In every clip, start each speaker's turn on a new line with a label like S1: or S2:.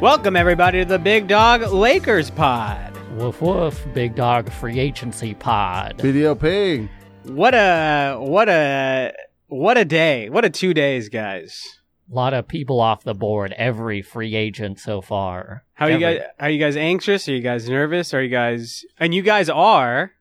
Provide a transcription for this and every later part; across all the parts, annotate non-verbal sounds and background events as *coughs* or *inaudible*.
S1: Welcome, everybody, to the Big Dog Lakers Pod.
S2: Woof woof, big dog free agency pod.
S3: BDOP.
S1: What a, what a, what a day. What a two days, guys.
S2: A lot of people off the board, every free agent so far.
S1: How are you
S2: Every-
S1: guys, are you guys anxious? Are you guys nervous? Are you guys, and you guys are,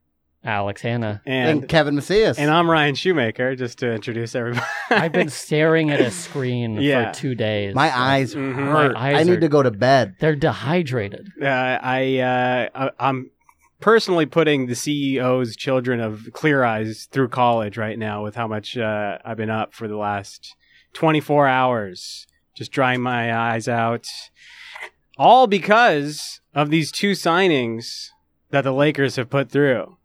S1: *laughs*
S2: Alex, Hannah.
S3: And,
S1: and,
S3: Kevin Macias.
S1: and I'm Ryan Shoemaker, just to introduce everybody.
S2: I've been staring at a screen
S1: Yeah.
S2: for two days.
S3: my eyes
S1: Mhm.
S3: hurt.
S2: My eyes
S3: I need
S2: are-
S3: to go to bed.
S2: They're dehydrated.
S1: uh, I, uh, I, I'm personally putting the CEO's children of Clear Eyes through college right now with how much uh, I've been up for the last 24 hours, just drying my eyes out, all because of these two signings that the Lakers have put through.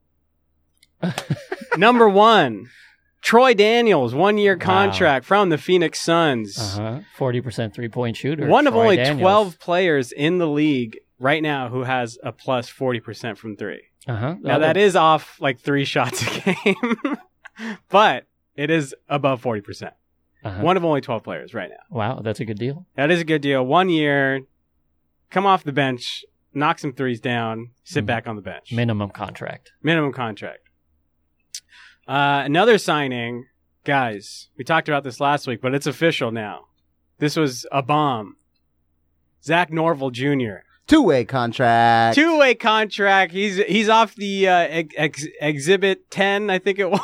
S2: *laughs*
S1: Number one, Troy Daniels, one year
S2: Wow.
S1: contract from the Phoenix Suns.
S2: Uh-huh. 40% three point shooter.
S1: One of
S2: Troy
S1: only
S2: Daniels.
S1: 12 players in the league right now who has a plus 40% from three.
S2: Uh-huh.
S1: Now, that is off like three *laughs* shots a game, but it is above 40%.
S2: Uh-huh.
S1: One of only 12 players right now.
S2: Wow, that's a good deal.
S1: That is a good deal. One year, come off the bench, knock some threes down, sit
S2: Mhm.
S1: back on the bench.
S2: Minimum contract.
S1: *laughs* Minimum contract. Uh, another signing, guys, we talked about this last week, but it's official now. This was a bomb. Zach Norville Jr.
S3: Two way contract.
S1: Two way contract. He's he's off the uh, ex- ex- exhibit ten, I think it *laughs* was.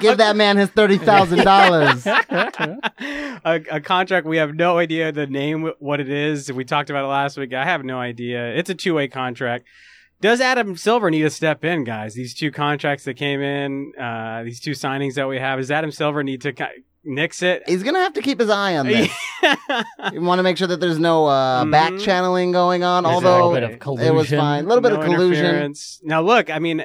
S3: Give that man his thirty thousand
S2: *laughs*
S3: dollars.
S1: a, a contract we have no idea the name, what it is. We talked about it last week. I have no idea. It's a two way contract. Does Adam Silver need to step in, guys? These two contracts that came in, uh, these two signings that we have, does Adam Silver need to ki- nix it? *laughs*
S3: He's gonna have to keep his eye on this. You want to make sure that there's no uh,
S1: Mhm.
S3: back channeling going on.
S2: There's a
S3: although
S2: little bit of collusion.
S3: it was fine, a little bit
S1: No
S3: of collusion.
S1: interference. Now, look, I mean,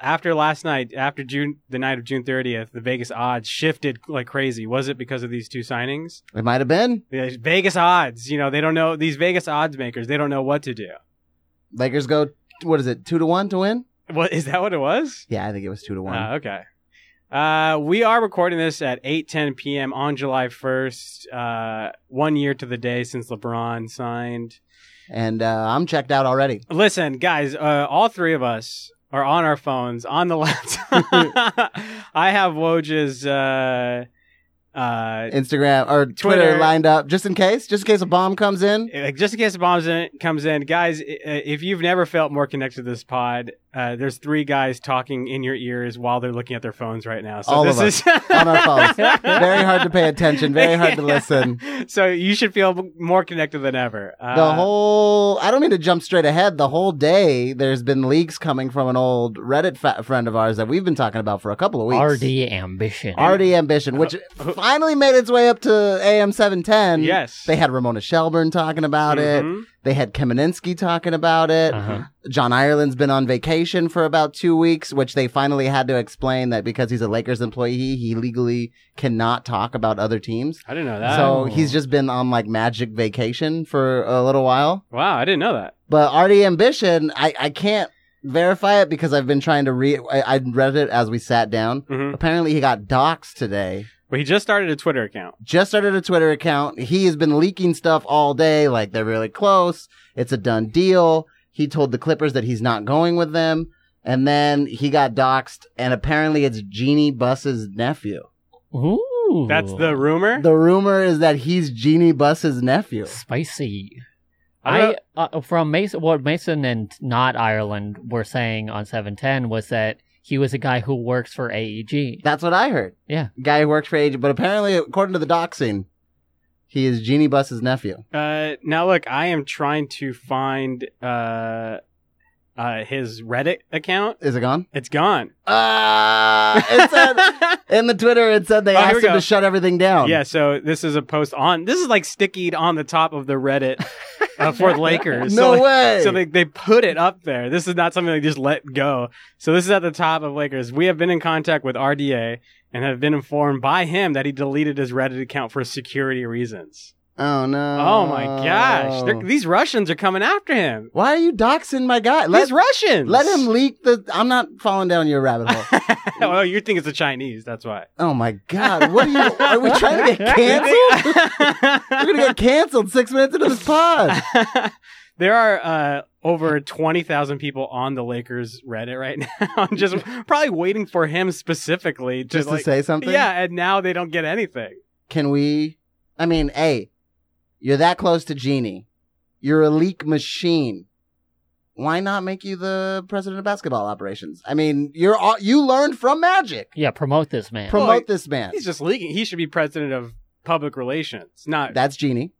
S1: after last night, after June, the night of June 30th, the Vegas odds shifted like crazy. Was it because of these two signings?
S3: It might have been.
S1: The Vegas odds, you know, they don't know these Vegas odds makers. They don't know what to do.
S3: Lakers go. What is it? Two to one to win.
S1: What is that? What it was?
S3: Yeah, I think it was two to one.
S1: Ah, okay. Uh, we are recording this at 8:10 p.m. on July 1st, uh, one year to the day since LeBron signed.
S3: and uh, I'm checked out already.
S1: Listen, guys, uh, all three of us are on our phones, on the *laughs* laptop.
S3: *laughs*
S1: I have Woj's uh, uh,
S3: Instagram or Twitter,
S1: Twitter.
S3: lined up just in case. Just in case a bomb comes in.
S1: like just in case the bombs in, comes in, guys. i- uh, If you've never felt more connected to this pod, uh, there's three guys talking in your ears while they're looking at their phones right now. So
S3: All
S1: this
S3: of
S1: is
S3: on our
S1: *laughs*
S3: phones. Very hard to pay attention. Very hard to listen.
S1: So you should feel more connected than ever. Uh,
S3: The whole, I don't mean to jump straight ahead. The whole day, there's been leaks coming from an old Reddit fa- friend of ours that we've been talking about for a couple of weeks.
S2: RD ambition.
S3: RD Ambition,
S1: Uh,
S3: which finally made its way up to AM 710.
S1: yes.
S3: They had Ramona Shelburne talking about it.
S1: Mhm.
S3: They had Kamininski talking about it.
S2: Uh-huh.
S3: John Ireland's been on vacation for about two weeks, which they finally had to explain that because he's a Lakers employee, he legally cannot talk about other teams.
S1: I didn't know that.
S3: So
S2: Oh.
S3: he's just been on like magic vacation for a little while.
S1: wow, I didn't know that.
S3: But Artie Ambition, I, I can't verify it because I've been trying to read. I, I read it as we sat down.
S1: hmm
S3: Apparently, he got doxxed today.
S1: But he just started a Twitter account.
S3: Just started a Twitter account. He has been leaking stuff all day. Like they're really close. It's a done deal. He told the Clippers that he's not going with them. And then he got doxxed, and apparently it's Jeannie Buss's nephew.
S2: Ooh.
S1: That's the rumor.
S3: The rumor is that he's Jeannie Buss's nephew.
S2: Spicy.
S1: I
S2: I
S1: don't-
S2: uh, from Mason, what Mason and not Ireland were saying on 710 was that he was a guy who works for E AEG.
S3: That's what I heard.
S2: Yeah.
S3: Guy who worked for age, but apparently, according to the doxing, he is Jeannie Buss's nephew.
S1: Uh, now look, I am trying to find uh, uh, his Reddit account.
S3: Is it gone?
S1: It's gone.
S3: Uh, it said,
S1: *laughs*
S3: *laughs* in the Twitter, it said they
S1: Ah! Oh, here
S3: asked
S1: we
S3: him
S1: go.
S3: to shut everything down.
S1: yeah, so this is a post on. This is like stickied on the top of the Reddit uh, for the Lakers.
S3: *laughs* No
S1: so, like,
S3: way.
S1: So they, they put it up there. This is not something they just let go. So this is at the top of Lakers. We have been in contact with RDA and have been informed by him that he deleted his Reddit account for security reasons.
S3: Oh no!
S1: oh my gosh,
S3: Oh.
S1: They're, these Russians are coming after him.
S3: Why are you doxing my guy?
S1: These
S3: Let,
S1: Russians.
S3: let him leak the. I'm not falling down your rabbit hole.
S1: *laughs* oh, you think it's the Chinese? That's why.
S3: oh my *laughs* god! What are you? Are we
S1: *laughs*
S3: trying to get canceled? We're gonna get canceled six minutes into this pod.
S1: *laughs* there are uh, over 20,000 people on the Lakers Reddit right *laughs* now, just probably waiting for him specifically to,
S3: Just to
S1: like-
S3: say something.
S1: Yeah, and now they don't get anything.
S3: Can we? I mean, hey, you're that close to Genie. You're a leak machine. Why not make you the president of basketball operations? I mean, you're all, you learned from Magic.
S2: Yeah, promote this man.
S3: Promote
S1: Well,
S3: this man.
S1: He's just leaking. He should be president of public relations, not.
S3: That's Genie.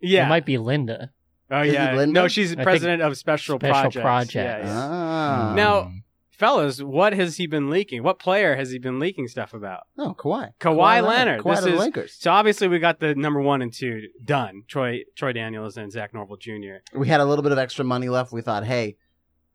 S1: yeah.
S2: It might be Linda.
S1: oh,
S3: Is it
S1: yeah.
S3: Linda?
S1: No, she's
S2: think
S1: president of special,
S2: special
S1: projects.
S2: projects.
S1: Yeah, yeah.
S3: Ah.
S1: Now- Fellas, what has he been leaking? What player has he been leaking stuff about?
S3: no, Oh, Kawhi.
S1: Kawhi Leonard.
S3: Kawhi
S1: This
S3: to the
S1: is-
S3: Lakers.
S1: So obviously we got the number one and two done. Troy Troy Daniels and Zach Norville Jr.
S3: We had a little bit of extra money left. We thought, hey,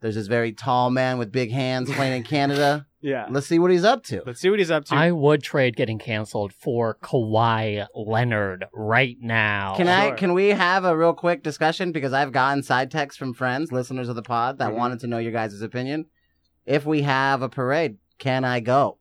S3: there's this very tall man with big hands playing
S1: *laughs*
S3: in Canada.
S1: Yeah.
S3: Let's see what he's up to.
S1: Let's see what he's up to.
S2: I would trade getting canceled for Kawhi Leonard right now.
S3: Can I?
S1: Sure.
S3: Can we have a real quick discussion because I've gotten side texts from friends, listeners of the pod, that
S2: Mm-hmm.
S1: Mhm.
S3: wanted to know your guys' opinion. If we have a parade, can I go?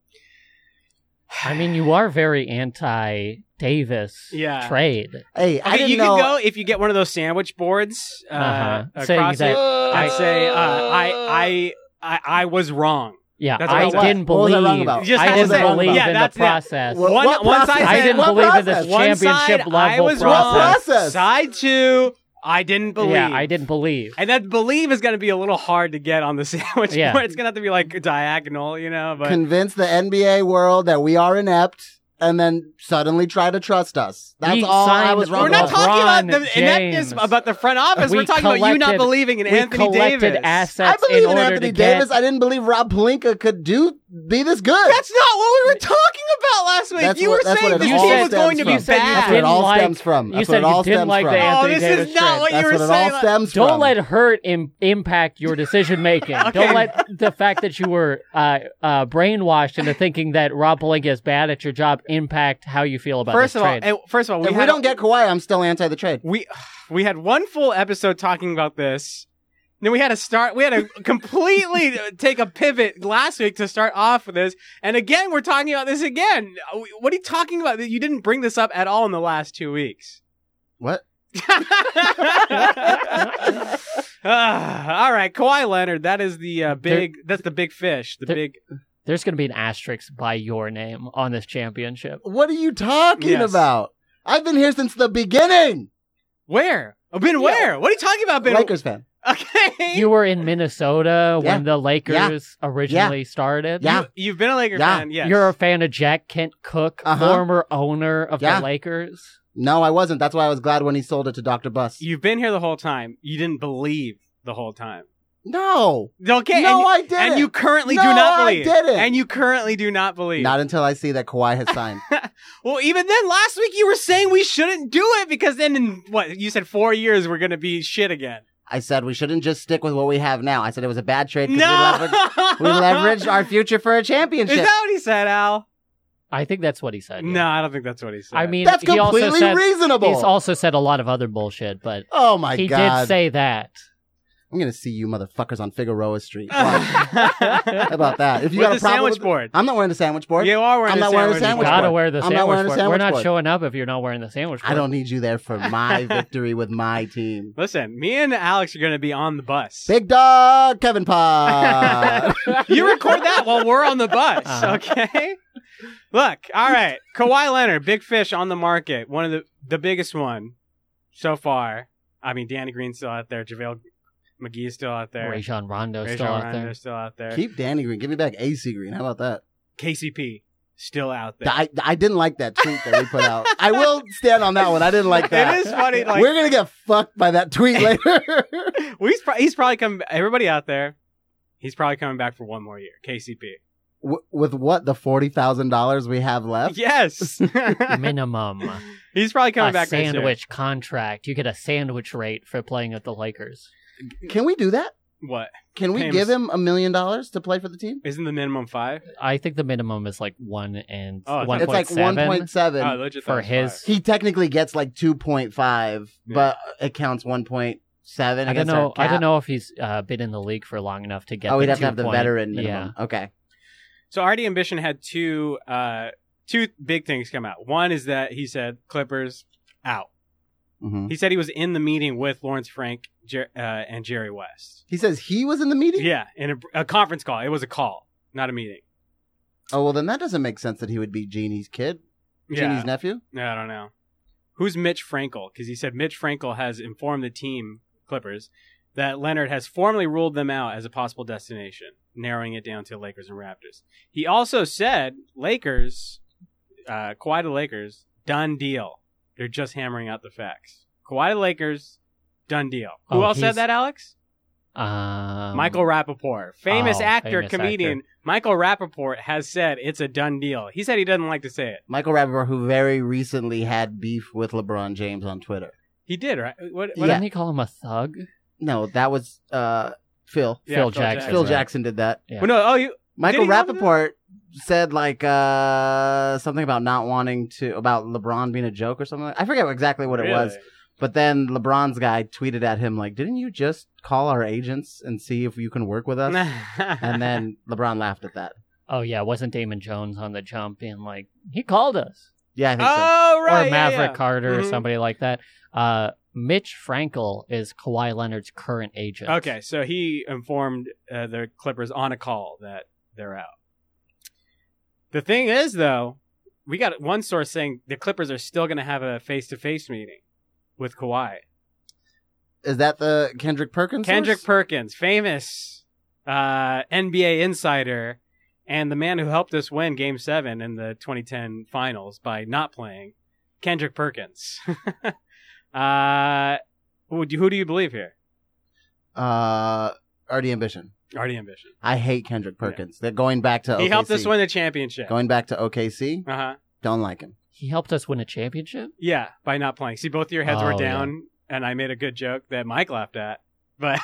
S2: I mean, you are very anti Davis
S1: Yeah.
S2: trade.
S3: Hey,
S1: *sighs*
S3: I
S1: Okay,
S3: didn't
S1: you
S3: know.
S1: can go if you get one of those sandwich boards uh,
S2: Uh-huh. Saying
S1: across
S2: that
S1: it. I'd say uh, I, I I I was wrong.
S2: Yeah,
S1: That's
S2: I
S1: what-
S2: didn't
S3: what was I
S2: believe.
S3: wrong about?
S1: You just
S2: I
S1: have to
S2: didn't
S1: say-
S2: believe
S1: yeah,
S2: in the
S1: that's- yeah.
S2: process.
S3: What-
S1: one
S3: what
S1: one side
S3: process?
S2: I
S1: said-
S2: didn't
S3: what
S2: believe in
S3: process?
S2: this
S1: one
S2: championship
S1: side,
S2: level
S1: I was
S2: process.
S1: wrong.
S3: Process.
S1: Side two, I didn't believe.
S2: Yeah, I didn't believe.
S1: And that believe is going to be a little hard to get on the *laughs* sandwich
S2: Yeah.
S1: board. It's going to have to be like diagonal, you know. But
S3: Convince the NBA world that we are inept, and then suddenly try to trust us. That's
S2: We
S3: all I
S2: signed-
S3: was wrong
S1: we're not
S3: about.
S1: talking about
S2: LeBron
S1: the ineptness
S2: James.
S1: about the front office.
S2: We
S1: We are talking about you not
S2: collected-
S1: believing in
S2: we
S1: Anthony
S2: collected
S1: Davis.
S3: I
S2: assets
S3: believe
S2: in
S3: in,
S2: order
S3: Anthony
S2: to get.
S3: Davis. I didn't believe Rob Palinka could do be this good.
S1: That's not what we were talking about last week.
S3: That's
S1: you
S3: what-
S1: were
S3: that's
S1: saying
S3: what
S1: the
S3: it
S1: team
S2: all
S1: was
S2: stems
S1: going to
S2: from.
S1: be
S2: You said you
S1: bad.
S3: That's where it
S2: didn't
S3: all
S2: like-
S3: stems from.
S2: you
S3: That's
S2: said
S3: where it
S2: you
S3: all
S2: didn't
S3: stems
S2: like the
S3: from.
S1: Oh,
S2: Anthony
S1: this
S2: Davis
S1: is not
S2: trade.
S1: what you
S3: That's
S1: were
S3: what it all
S1: saying.
S3: stems from.
S2: Don't let hurt Im- impact your decision
S3: *laughs*
S2: making.
S1: Okay.
S2: Don't let the fact that you were uh, uh, brainwashed into thinking that Rob Palenka is bad at your job impact how you feel about
S1: First
S2: this
S1: of all,
S2: trade.
S1: and first of all, we,
S3: If we
S1: had-
S3: don't get Kawhi, I'm still anti the trade.
S1: we we had one full episode talking about this. Then we had to start. We had to completely *laughs* take a pivot last week to start off with this, and again we're talking about this again. What are you talking about? You didn't bring this up at all in the last two weeks.
S3: What?
S1: Ah, all right, Kawhi Leonard. That is the uh, big. that's the big fish. The
S2: There-
S1: big.
S2: There's going to be an asterisk by your name on this championship.
S3: What are you talking
S1: Yes.
S3: about? I've been here since the beginning.
S1: Where? Oh, Ben, where? What are you talking about, Ben?
S3: Lakers fan.
S1: Okay.
S2: You were in Minnesota
S3: Yeah.
S2: when the Lakers originally started.
S3: Yeah.
S1: You, have been a Laker
S3: Yeah.
S1: fan, yes.
S2: You're a fan of Jack Kent Cook,
S3: Uh-huh.
S2: former owner of
S3: Yeah.
S2: the Lakers.
S3: No, I wasn't. That's why I was glad when he sold it to Dr. Bus.
S1: You've been here the whole time. You didn't believe the whole time.
S3: no.
S1: Okay.
S3: no,
S1: and,
S3: I didn't.
S1: and you currently do
S3: No,
S1: not
S3: I
S1: believe.
S3: didn't.
S1: And you currently do not believe.
S3: Not until I see that Kawhi has
S1: *laughs*
S3: signed.
S1: well, even then, last week you were saying we shouldn't do it because then in what you said four years we're gonna be shit again.
S3: I said we shouldn't just stick with what we have now. I said it was a bad trade
S1: No.
S3: because we, leveraged, we leveraged our future for a
S1: Is
S3: championship.
S1: that what he said, Al?
S2: I think that's what he said. yeah.
S1: No, I don't think that's what he said.
S2: I mean,
S3: That's
S2: he also
S3: completely
S2: said,
S3: reasonable.
S2: He's also said a lot of other bullshit, but
S3: oh my
S2: he
S3: god.
S2: did say that.
S3: I'm gonna see you motherfuckers on Figueroa
S1: *laughs*
S3: Street. Watch. How
S1: about
S3: about that? *laughs* If you
S1: With
S3: got
S1: the
S3: a problem
S1: sandwich
S3: with-
S1: board.
S3: I'm not wearing a sandwich board.
S1: You are wearing
S3: I'm
S1: a
S3: not
S1: sandwich
S3: wearing a sandwich
S1: board.
S2: Gotta
S3: board.
S2: wear the
S3: I'm
S2: sandwich
S3: not wearing a
S2: board. We're
S3: sandwich
S2: not
S3: board.
S2: showing up if you're not wearing the sandwich board.
S3: I don't need you there
S1: *laughs*
S3: for my victory with my team.
S1: Listen, me and Alex are gonna be on the bus.
S3: Big dog Kevin Pod.
S1: *laughs* You record that while we're on the bus,
S2: Uh-huh.
S1: okay? Look, all right. Kawhi Leonard, big fish on the market, one of the the biggest one so far. I mean, Danny Green's still out there, JaVale McGee's still out there,
S2: Rajon Rondo's
S1: Rajon
S2: still out
S1: Rondo *laughs*
S2: there.
S1: still out there,
S3: Keep Danny Green. Give me back AC Green. How about that?
S1: KCP still out there.
S3: I, I didn't like that tweet that we put out. I will stand on that one. I didn't like that.
S1: *laughs* It is funny. Like
S3: We're gonna get fucked by
S1: *laughs*
S3: that tweet later.
S1: he's, pro- he's probably coming. Everybody out there, he's probably coming back for one more year. KCP.
S3: w- with what the forty thousand dollars we have left?
S2: *laughs*
S1: Yes, *laughs*
S2: Minimum.
S1: he's probably *laughs* coming
S2: a
S1: back next year.
S2: sandwich contract. You get a sandwich rate for playing with the Lakers.
S3: Can we do that?
S1: What
S3: Can we
S1: Pay him
S3: give
S1: s-
S3: him a million dollars to play for the team?
S1: isn't the minimum five?
S2: I think the minimum is like one and
S1: Oh, I thought-
S2: one
S3: It's like
S2: point seven.
S3: 1.7.
S1: Oh, I legit thought
S2: for
S1: it was
S2: his-
S1: five.
S3: he technically gets like 2.5,
S1: Yeah.
S3: but it counts 1.7.
S2: I don't
S3: against our
S2: know. I
S3: cap.
S2: don't know if he's uh, been in the league for long enough to get.
S3: Oh,
S2: the
S3: we'd have
S2: two
S3: to have the
S2: point-
S3: veteran
S2: Yeah,
S3: minimum. Okay.
S1: So RD Ambition had two uh two big things come out. One is that he said Clippers out.
S3: Mhm.
S1: He said he was in the meeting with Lawrence Frank Jer- uh, and Jerry West.
S3: He says he was in the meeting.
S1: Yeah, in a, a conference call. It was a call, not a meeting.
S3: Oh well, then that doesn't make sense that he would be Genie's kid,
S1: Yeah,
S3: Genie's nephew.
S1: No, I don't know. Who's Mitch Frankel? Because he said Mitch Frankel has informed the team, Clippers, that Leonard has formally ruled them out as a possible destination, narrowing it down to Lakers and Raptors. He also said Lakers, uh, Kawhi to Lakers, done deal. They're just hammering out the facts. Kawhi to Lakers, done deal. Who
S2: Oh,
S1: else said
S2: he's-
S1: that, Alex?
S2: Um,
S1: Michael Rappaport. Famous
S2: oh,
S1: actor,
S2: famous
S1: comedian. Michael Rappaport has said it's a done deal. He said he doesn't like to say it.
S3: Michael Rappaport, who very recently had beef with LeBron James on Twitter.
S1: He did, right? What,
S2: What
S1: what
S3: Yeah.
S2: didn't he call him a thug?
S3: No, that was uh, Phil.
S1: Yeah,
S2: Phil Jackson.
S3: Phil
S2: right.
S3: Jackson did that.
S2: Yeah.
S1: Well, no, oh, you,
S3: Michael
S1: he not do that?
S3: Rappaport said like uh, something about not wanting to about LeBron being a joke or something. Like, I forget exactly what it was, but then LeBron's guy tweeted at him like, "Didn't you just call our agents and see if you can work
S1: *laughs*
S3: with us?" and
S1: and
S3: then LeBron laughed at that.
S2: Oh yeah, wasn't Damon Jones on the jump being like he called us
S3: Yeah, I think so.
S1: oh right,
S2: or
S1: yeah,
S2: Maverick
S1: yeah.
S2: Carter or
S1: Mhm.
S2: somebody like that? Uh, Mitch Frankel is Kawhi Leonard's current agent.
S1: Okay, so he informed uh, the Clippers on a call that they're out. The thing is, though, we got one source saying the Clippers are still going to have a face-to-face meeting with Kawhi.
S3: Is that the Kendrick Perkins?
S1: Oh! Kendrick
S3: source?
S1: Perkins, famous uh, NBA insider and the man who helped us win Game 7 in the 2010 finals by not playing, Kendrick Perkins. *laughs* uh, who, do, who do you believe here?
S3: uh, Artie Ambition.
S1: RD Ambition.
S3: I hate Kendrick Perkins. They're going back to
S1: He
S3: OKC.
S1: helped us win the championship. Uh
S3: Going back to OKC.
S1: huh.
S3: Don't like him.
S2: He helped us win a championship.
S1: Yeah, by not playing. See, both your heads were
S2: Oh,
S1: down, and I made a good joke that Mike laughed at, but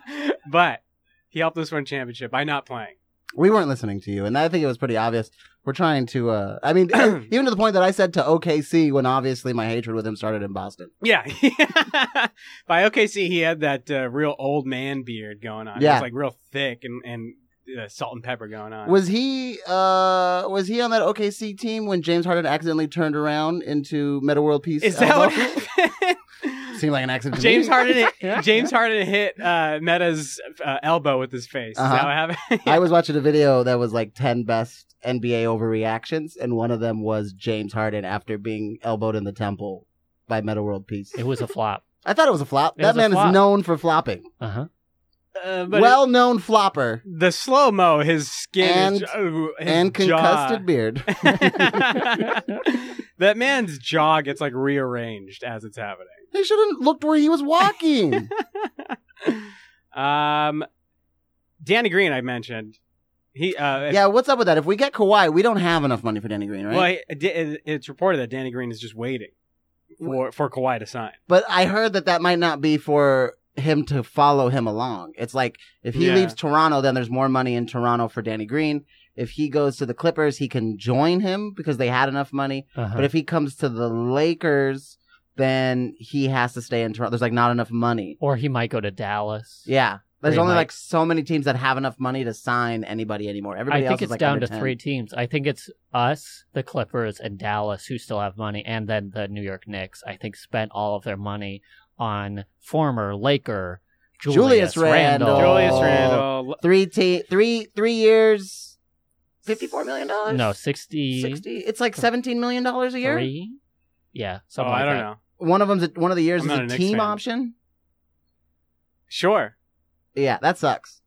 S1: *laughs* but he helped us win championship by not playing. *clears throat*
S3: We weren't listening to you, and I think it was pretty obvious. We're trying to. uh I mean, *coughs* even to the point that I said to OKC when obviously my hatred with him started in Boston.
S1: Yeah. *laughs* By OKC, he had that uh, real old man beard going on. It
S3: Yeah.
S1: was like real thick and, and uh, salt and pepper going on.
S3: Was he? uh Was he on that OKC team when James Harden accidentally turned around into Meta World Peace?
S1: Is that what
S3: elbow?
S1: happened?
S3: *laughs*
S1: *laughs*
S3: Seemed like an accident. to
S1: James
S3: me.
S1: Harden, James Harden hit uh, Meta's uh, elbow with his face. Is that
S3: Uh-huh.
S1: what happened? *laughs*
S3: I was watching a video that was like 10 best NBA overreactions, and one of them was James Harden after being elbowed in the temple by Metal World Peace.
S2: It was a flop.
S1: *laughs*
S3: I thought it was a flop.
S2: It
S3: that
S2: was a
S3: man
S2: flop.
S3: is known for flopping.
S2: Uh huh.
S1: Uh, but
S3: Well known flopper
S1: it- the slow mo, his skin, his
S3: And-
S1: jaw- ooh, his
S3: and
S1: jaw.
S3: concussed beard.
S1: *laughs*
S3: *laughs*
S1: that man's jaw gets like rearranged as it's happening.
S3: He should have looked where he
S1: *laughs*
S3: was walking.
S1: Um, Danny Green, I mentioned. He uh,
S3: yeah, what's up with that? If we get Kawhi, we don't have enough money for Danny Green, right?
S1: Well, he- it- it- it's reported that Danny Green is just waiting for for Kawhi to sign.
S3: But I heard that that might not be for him to follow him along. It's like if he
S1: Yeah.
S3: leaves Toronto, then there's more money in Toronto for Danny Green. If he goes to the Clippers, he can join him because they had enough money.
S2: Uh-huh.
S3: But if he comes to the Lakers, then he has to stay in Toronto. There's like not enough money.
S2: or he might go to Dallas.
S3: Yeah. There's
S2: They
S3: only
S2: might.
S3: like so many teams that have enough money to sign anybody anymore. Everybody
S2: I
S3: else
S2: think
S3: is
S2: it's
S3: like
S2: down
S3: under
S2: to
S3: 10.
S2: three teams. I think it's us, the Clippers, and Dallas who still have money, and then the New York Knicks. I think spent all of their money on former Laker Julius,
S3: Julius Randle. Oh.
S1: Julius Randle,
S3: Three te- three three years, fifty four million dollars.
S2: No, sixty
S3: sixty. It's like seventeen million dollars a year.
S2: three. Yeah,
S1: oh,
S2: something
S1: I
S2: like
S1: don't
S2: that.
S1: know.
S3: one of them's a, one of the years
S1: I'm
S3: is
S1: not
S3: a
S1: a Knicks
S3: team
S1: fan.
S3: option.
S1: Sure,
S3: Yeah, that sucks.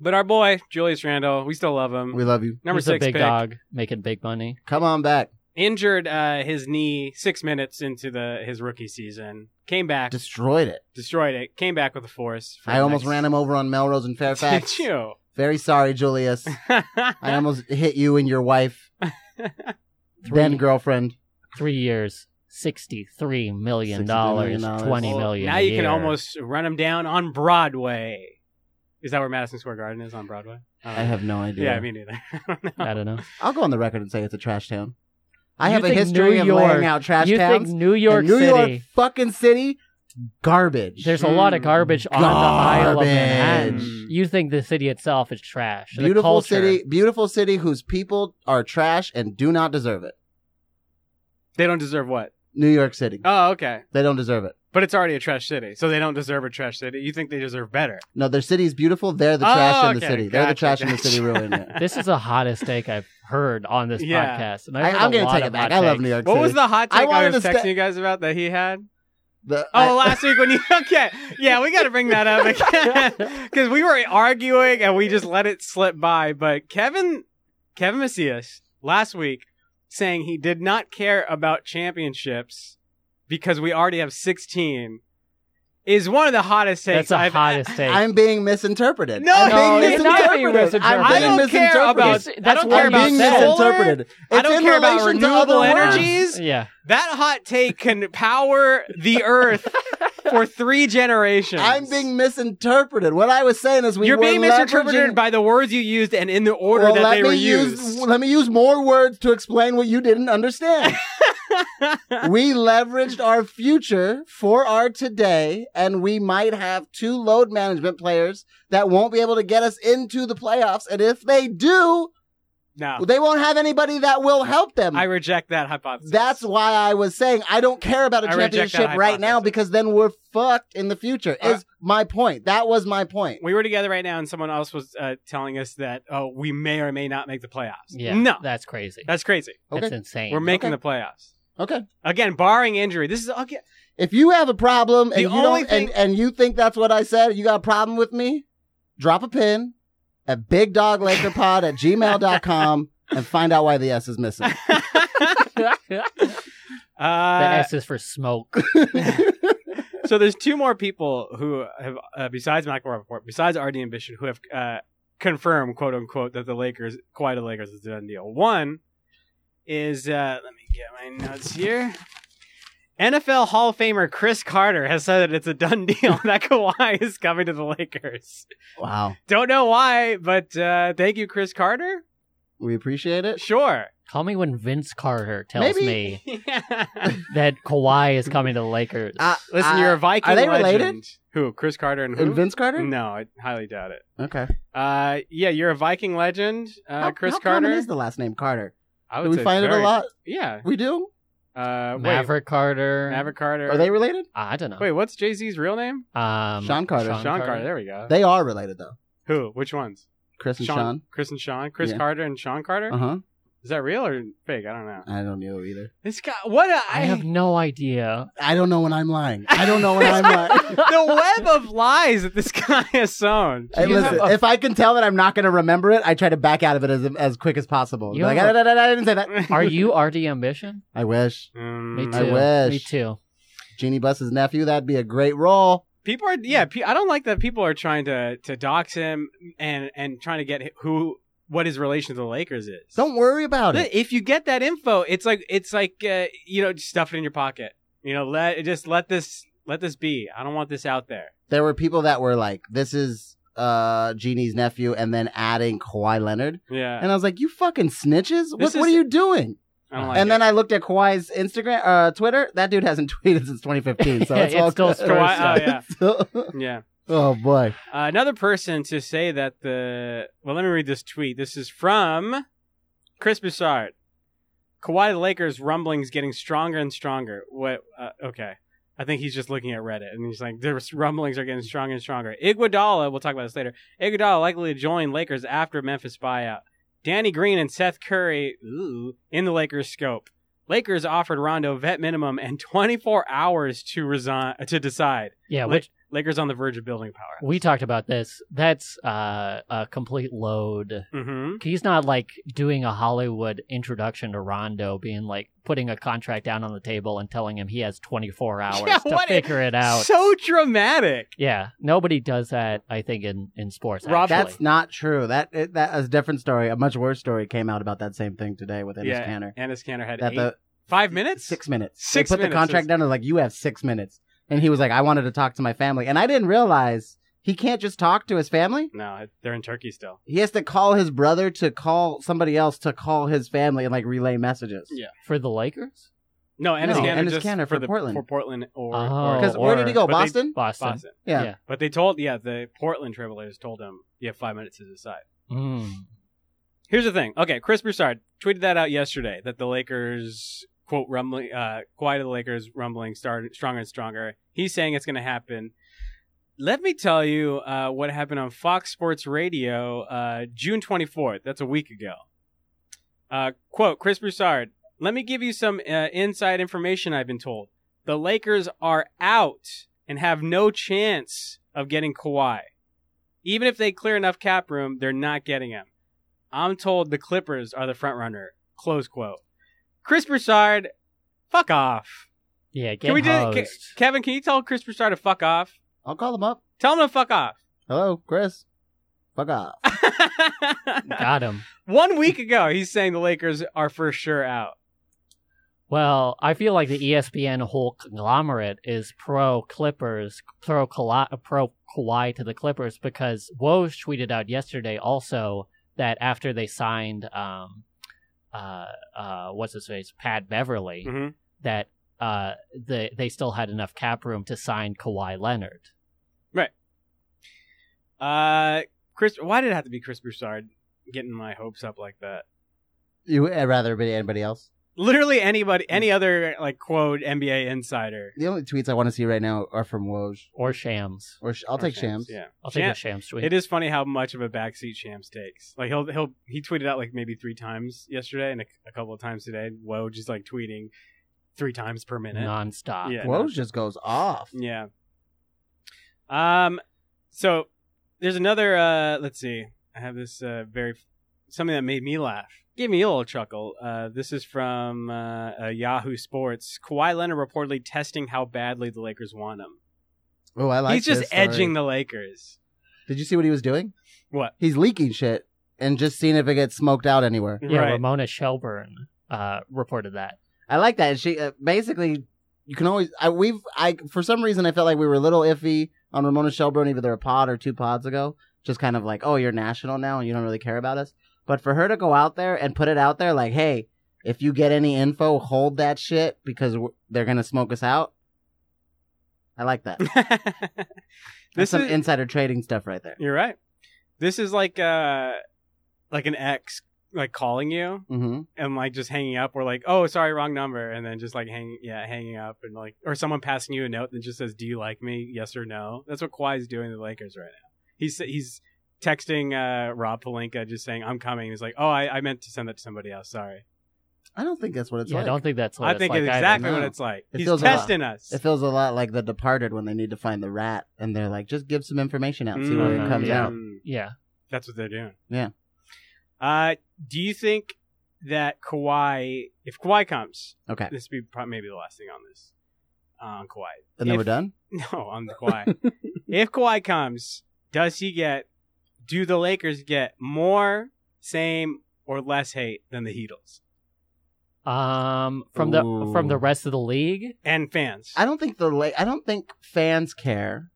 S1: but our boy Julius Randle, we still love
S2: Mm.
S1: him.
S3: We love you.
S1: Number
S2: He's
S1: six
S2: a big
S1: pick
S2: dog making big money.
S3: Come on back.
S1: injured uh, his knee six minutes into the his rookie season. Came back,
S3: Destroyed it.
S1: destroyed it. Came back with a force. for
S3: I
S1: the
S3: almost
S1: next- *laughs*
S3: ran him over on
S2: *laughs*
S3: Melrose and Fairfax.
S1: Did you?
S3: Very sorry, Julius.
S1: *laughs*
S3: I
S2: *laughs*
S3: almost hit you and your wife,
S2: Three,
S3: then girlfriend.
S2: three years, sixty-three million
S3: $63
S2: dollars,
S3: million.
S2: twenty
S1: Well,
S2: million.
S1: now
S2: a
S1: you can
S2: year.
S1: almost run them down on Broadway. Is that where Madison Square Garden is on Broadway?
S2: Uh,
S1: don't
S3: I
S1: know.
S3: have no idea.
S1: Yeah, me neither. *laughs* I don't know.
S2: I don't know.
S3: I'll go on the record and say it's a trash town. I
S2: You
S3: have a
S2: think
S3: history
S2: New
S3: of
S2: York-
S3: laying out trash
S2: you
S3: towns.
S2: think New York
S3: and New
S2: City?
S3: York fucking city, garbage.
S2: there's a lot of
S1: Mm,
S2: garbage, on the Isle of Manhattan.
S1: garbage.
S2: You think the city itself is trash? The
S3: beautiful
S2: culture-
S3: city, beautiful city whose people are trash and do not deserve it.
S1: They don't deserve what?
S3: New York City,
S1: Oh, okay.
S3: they don't deserve it.
S1: But it's already a trash city, so they don't deserve a trash city. You think they deserve better?
S3: No, their city is beautiful. They're the
S1: Oh,
S3: trash in the
S1: okay.
S3: city. They're the
S1: Gotcha,
S3: trash in the city
S1: gotcha. *laughs*
S3: ruining it.
S2: This is the hottest take I've heard on this
S1: Yeah.
S2: podcast. And I've
S3: I,
S2: heard
S3: I'm
S2: a
S3: gonna
S2: lot
S3: take
S2: of
S3: it back.
S2: hot
S3: I love
S2: takes.
S3: New York
S1: What
S3: City.
S1: was the hot
S3: I
S1: take I,
S3: wanted
S1: was
S3: to
S1: texting
S3: sta-
S1: you guys about that he had?
S3: The-
S1: Oh,
S3: I-
S1: last week when you *laughs* okay, yeah, we got to bring that up
S3: *laughs*
S1: again because we were arguing and we just let it slip by. But Kevin, Kevin Macias last week saying he did not care about championships because we already have sixteen is one of the hottest takes
S2: That's the
S1: I've
S2: hottest take.
S1: *laughs*
S3: I'm being misinterpreted.
S1: No,
S3: I'm
S1: no,
S3: being
S1: you're not
S2: being
S3: misinterpreted. I'm
S1: I
S2: misinterpreted.
S3: being
S1: don't care about.
S3: misinterpreted.
S2: It's-
S1: I
S2: that's
S1: don't
S2: why
S1: care
S3: I'm
S1: about
S3: being
S1: solar.
S3: misinterpreted.
S1: I
S3: It's
S1: don't
S3: in
S1: care about
S3: relation to other
S1: renewable
S3: words.
S1: energies.
S2: yeah.
S1: That hot take can power
S3: *laughs*
S1: the earth for three generations.
S3: I'm being misinterpreted. What I was saying is we
S1: You're
S3: were
S1: being misinterpreted
S3: leveraging-
S1: by the words you used and in the order
S3: Well,
S1: that
S3: let
S1: they
S3: me
S1: were
S3: use,
S1: used.
S3: Let me use more words to explain what you
S1: *laughs*
S3: didn't understand. we leveraged our future for our today, and we might have two load management players that won't be able to get us into the playoffs. And if they do,
S1: No,
S3: they won't have anybody that will help them.
S1: I reject that hypothesis.
S3: That's why I was saying I don't care about a
S1: I reject that
S3: championship right now
S1: hypothesis.
S3: because then we're fucked in the future.
S1: Uh,
S3: is my point. That was my point.
S1: we were together right now, and someone else was uh, telling us that oh, we may or may not make the playoffs.
S2: Yeah.
S1: no,
S2: That's crazy.
S1: that's crazy.
S3: Okay.
S2: That's insane.
S1: We're making
S3: Okay.
S1: the playoffs
S3: Okay.
S1: again, barring injury. This is okay.
S3: If you have a problem and
S1: The
S3: you
S1: only
S3: don't,
S1: thing-
S3: and, and you think that's what I said, you got a problem with me, drop a pin at bigdoglakerpod
S1: *laughs*
S3: at gmail.com and find out why the S is missing.
S2: the
S1: Uh,
S2: S is for *laughs* smoke.
S1: so there's two more people who have, uh, besides Michael Rappaport, besides Artie and Bishop, who have uh, confirmed, quote unquote, that the Lakers, quite a Lakers, is a done deal. One is, uh, let me get my notes here. NFL Hall of Famer Chris Carter has said that it's a done deal *laughs* that Kawhi is coming to the Lakers.
S3: wow.
S1: Don't know why, but uh, thank you, Chris Carter.
S3: We appreciate it. *laughs*
S1: Sure.
S2: Call me when Vince Carter tells
S3: Maybe-
S2: me
S1: Yeah.
S2: that Kawhi is coming to the Lakers.
S3: Uh,
S1: Listen, you're a Viking.
S3: are they
S1: legend.
S3: related?
S1: Who? Chris Carter and who?
S3: And Vince Carter?
S1: No, I highly doubt it.
S3: Okay.
S1: Uh, yeah, you're a Viking legend, uh,
S3: How-
S1: Chris
S3: how common
S1: Carter.
S3: is the last name Carter?
S1: I would
S3: Do we
S1: say
S3: find it a
S1: very-
S3: lot?
S1: Yeah.
S3: We do?
S1: Uh, wait,
S2: Maverick Carter. Ah,
S1: Maverick Carter.
S3: Are they related?
S2: I don't know.
S1: Wait, what's Jay Z's real name?
S2: um,
S3: Sean Carter.
S1: Sean, Carter. There we go.
S3: They are related, though.
S1: Who? Which ones?
S3: Chris and
S1: Sean.
S3: Sean.
S1: Chris and Sean. Chris
S3: Yeah.
S1: Carter and Sean Carter.
S3: Uh huh.
S1: Is that real or fake? I don't know.
S3: I don't know either.
S1: This guy. What? A,
S2: I have no idea.
S3: I don't know when I'm lying. I don't know when
S1: *laughs*
S3: I'm
S1: *laughs*
S3: lying.
S1: the web of lies that this *laughs* guy has sown.
S3: Hey,
S2: You
S3: listen,
S2: have a-
S3: if I can tell that I'm not going to remember it, I try to back out of it as as quick as possible.
S2: You
S3: Like,
S2: have a-
S3: "Ah, da, da, da, I didn't say
S2: *laughs*
S3: that.
S2: Are
S3: *laughs*
S2: you RD Ambition?
S3: I wish.
S1: *laughs* Mm,
S2: Me too.
S3: I wish.
S2: Me too.
S3: Genie Buss's nephew, that'd be a great role.
S1: people are yeah pe- i don't like that people are trying to to dox him and and trying to get who what his relation to the lakers is
S3: Don't worry
S1: *laughs*
S3: about
S1: Look,
S3: it.
S1: if you get that info it's like it's like uh, you know just stuff it in your pocket you know let just let this let this be i don't want this out there
S3: There were people that were like, this is uh Genie's nephew, and then adding Kawhi Leonard.
S1: yeah
S3: And I was like, you fucking snitches? What,
S1: This
S3: what are
S1: is- Oh,
S3: you doing?
S1: i don't like
S3: And
S1: it.
S3: then I looked at Kawhi's Instagram, uh, Twitter. That dude hasn't *laughs* tweeted since 2015, so
S1: *laughs*
S2: It's
S3: it's, all
S2: still
S3: good.
S1: Kawhi- oh, yeah.
S3: *laughs* Still-
S1: yeah
S3: oh, boy.
S1: uh, another person to say that the well let me read this tweet this is from chris Broussard. Kawhi the Lakers rumblings getting stronger and stronger. What? Uh, okay, I think he's just looking at Reddit and he's like, "Their rumblings are getting stronger and stronger." Iguodala, we'll talk about this later. Iguodala likely to join Lakers after Memphis buyout. Danny Green and Seth Curry ooh, in the Lakers scope. Lakers offered Rondo vet minimum and 24 hours to resign to decide.
S2: Yeah,
S1: Like-
S2: which
S1: Lakers on the verge of building power.
S2: we talked about this. That's uh, a complete load.
S1: Mm-hmm.
S2: He's not like doing a Hollywood introduction to Rondo, being like putting a contract down on the table and telling him he has
S3: *laughs*
S2: 24 hours
S1: Yeah,
S2: to
S1: what a-
S2: figure it out.
S1: So dramatic.
S2: Yeah, nobody does that. I think in in sports.
S1: Rob,
S2: actually.
S3: That's not true. That it, that is a different story. A much worse story came out about that same thing today with Ennis
S1: Yeah.
S3: Canner.
S1: Ennis Canner had
S3: That
S1: eight
S3: the
S1: Five minutes?
S3: six minutes.
S1: Six
S3: they put
S1: minutes
S3: the contract
S1: is-
S3: down and like you have six minutes. And he was like, I wanted to talk to my family, and I didn't realize he can't just talk to his family.
S1: No, they're in Turkey still.
S3: He has to call his brother to call somebody else to call his family and like relay messages.
S1: Yeah.
S2: for the Lakers,
S1: No, and
S3: No,
S1: Canada
S3: Ennis
S1: just
S3: Canada
S1: for,
S3: for
S1: the,
S3: Portland.
S1: For Portland or,
S2: Oh.
S1: or-
S3: Because where did he
S1: but
S3: go?
S1: they-
S3: Boston.
S2: Boston.
S1: Boston.
S3: Yeah.
S2: Yeah.
S1: But they told, yeah, the Portland Trailblazers told him you have five minutes to decide.
S2: Mm.
S1: Here's the thing. Okay, Chris Broussard tweeted that out yesterday that the Lakers quote rumbling uh quiet of the Lakers rumbling started stronger and stronger. He's saying it's going to happen. Let me tell you uh, what happened on Fox Sports Radio uh, June 24th. That's a week ago. Uh, quote Chris Broussard. Let me give you some uh, inside information I've been told. The Lakers are out and have no chance of getting Kawhi. Even if they clear enough cap room, they're not getting him. I'm told the Clippers are the front runner. Close quote. Chris Broussard, fuck off.
S2: Yeah, get
S1: Can we do-
S2: hosed.
S1: can- Kevin, can you tell Chris Broussard to fuck off?
S3: I'll call him up.
S1: Tell him to fuck off. *laughs*
S3: Hello, Chris. Fuck off.
S2: Got him.
S1: One week ago, he's saying the Lakers are for sure out.
S2: Well, I feel like the E ESPN whole conglomerate is pro Clippers, pro Kawhi, uh, pro Kawhi to the Clippers because Woj tweeted out yesterday also that after they signed, um, uh, uh, what's his face, Pat Beverly,
S1: Mhm.
S2: that uh, the, they still had enough cap room to sign Kawhi Leonard.
S1: Uh, Chris, why did it have to be Chris Broussard getting my hopes up like that?
S3: You would rather be anybody else?
S1: Literally anybody, any other like quote NBA insider
S3: The only tweets I want to see right now are from Woj.
S2: Or Shams.
S3: Or sh- I'll
S1: or
S3: take Shams.
S1: Yeah,
S2: I'll take
S1: Sham-
S2: a Shams tweet.
S1: It is funny how much of a backseat Shams takes. Like he'll he'll he tweeted out like maybe three times yesterday and a, a couple of times today. Whoa, just like tweeting three times per minute.
S2: nonstop.
S1: Yeah.
S3: Woj just goes off.
S1: Yeah. Um. So there's another. Uh, let's see. I have this uh, very something that made me laugh, gave me a little chuckle. Uh, this is from uh, uh, Yahoo Sports. Kawhi Leonard reportedly testing how badly the Lakers want him.
S3: Oh, I like.
S1: He's just
S3: this story.
S1: edging the Lakers.
S3: Did you see what he was doing?
S1: What?
S3: He's leaking shit and just seeing if it gets smoked out anywhere.
S2: Yeah,
S1: right.
S2: Ramona Shelburne uh, reported that.
S3: I like that. She uh, basically, you can always. I we've I for some reason I felt like we were a little iffy on Ramona Shelburne either a pod or two pods ago. Just kind of like, oh, you're national now and you don't really care about us. But for her to go out there and put it out there, like, hey, if you get any info, hold that shit because we they're gonna smoke us out. I
S1: *laughs*
S3: like that. That's
S1: this
S3: some
S1: is
S3: insider trading stuff right there.
S1: you're right. This is like uh like an ex like calling you
S3: hmm
S1: and like just hanging up or like oh sorry wrong number and then just like hang yeah hanging up and like or someone passing you a note that just says do you like me yes or no that's what Kawhi's doing to the Lakers right now he's he's texting uh Rob Palinka just saying I'm coming he's like oh I, I meant to send that to somebody else sorry
S3: I don't think that's what it's
S2: yeah,
S3: like.
S2: I don't think that's what
S1: I
S2: it's
S1: think
S2: like
S1: it's
S2: either.
S1: exactly
S3: No.
S1: what it's like
S3: It
S1: he's
S3: feels a lot-
S1: testing us
S3: It feels a lot like The Departed when they need to find the rat and they're like, just give some information out, see where it
S1: Mm, Mm-hmm.
S2: Mhm.
S3: comes
S2: Yeah.
S3: out.
S2: Yeah.
S1: That's what they're doing.
S3: Yeah.
S1: Uh, do you think that Kawhi, if Kawhi comes,
S3: Okay.
S1: this would be probably maybe the last thing on this, uh, on Kawhi. *laughs*
S3: And then
S1: If-
S3: we're done?
S1: No, on the
S3: *laughs*
S1: Kawhi. if Kawhi comes, does he get? Do the Lakers get more, same, or less hate than the Heatles
S2: Um, from the
S3: Ooh.
S2: from the rest of the league,
S1: and fans?
S3: I don't think the la- I don't think fans care.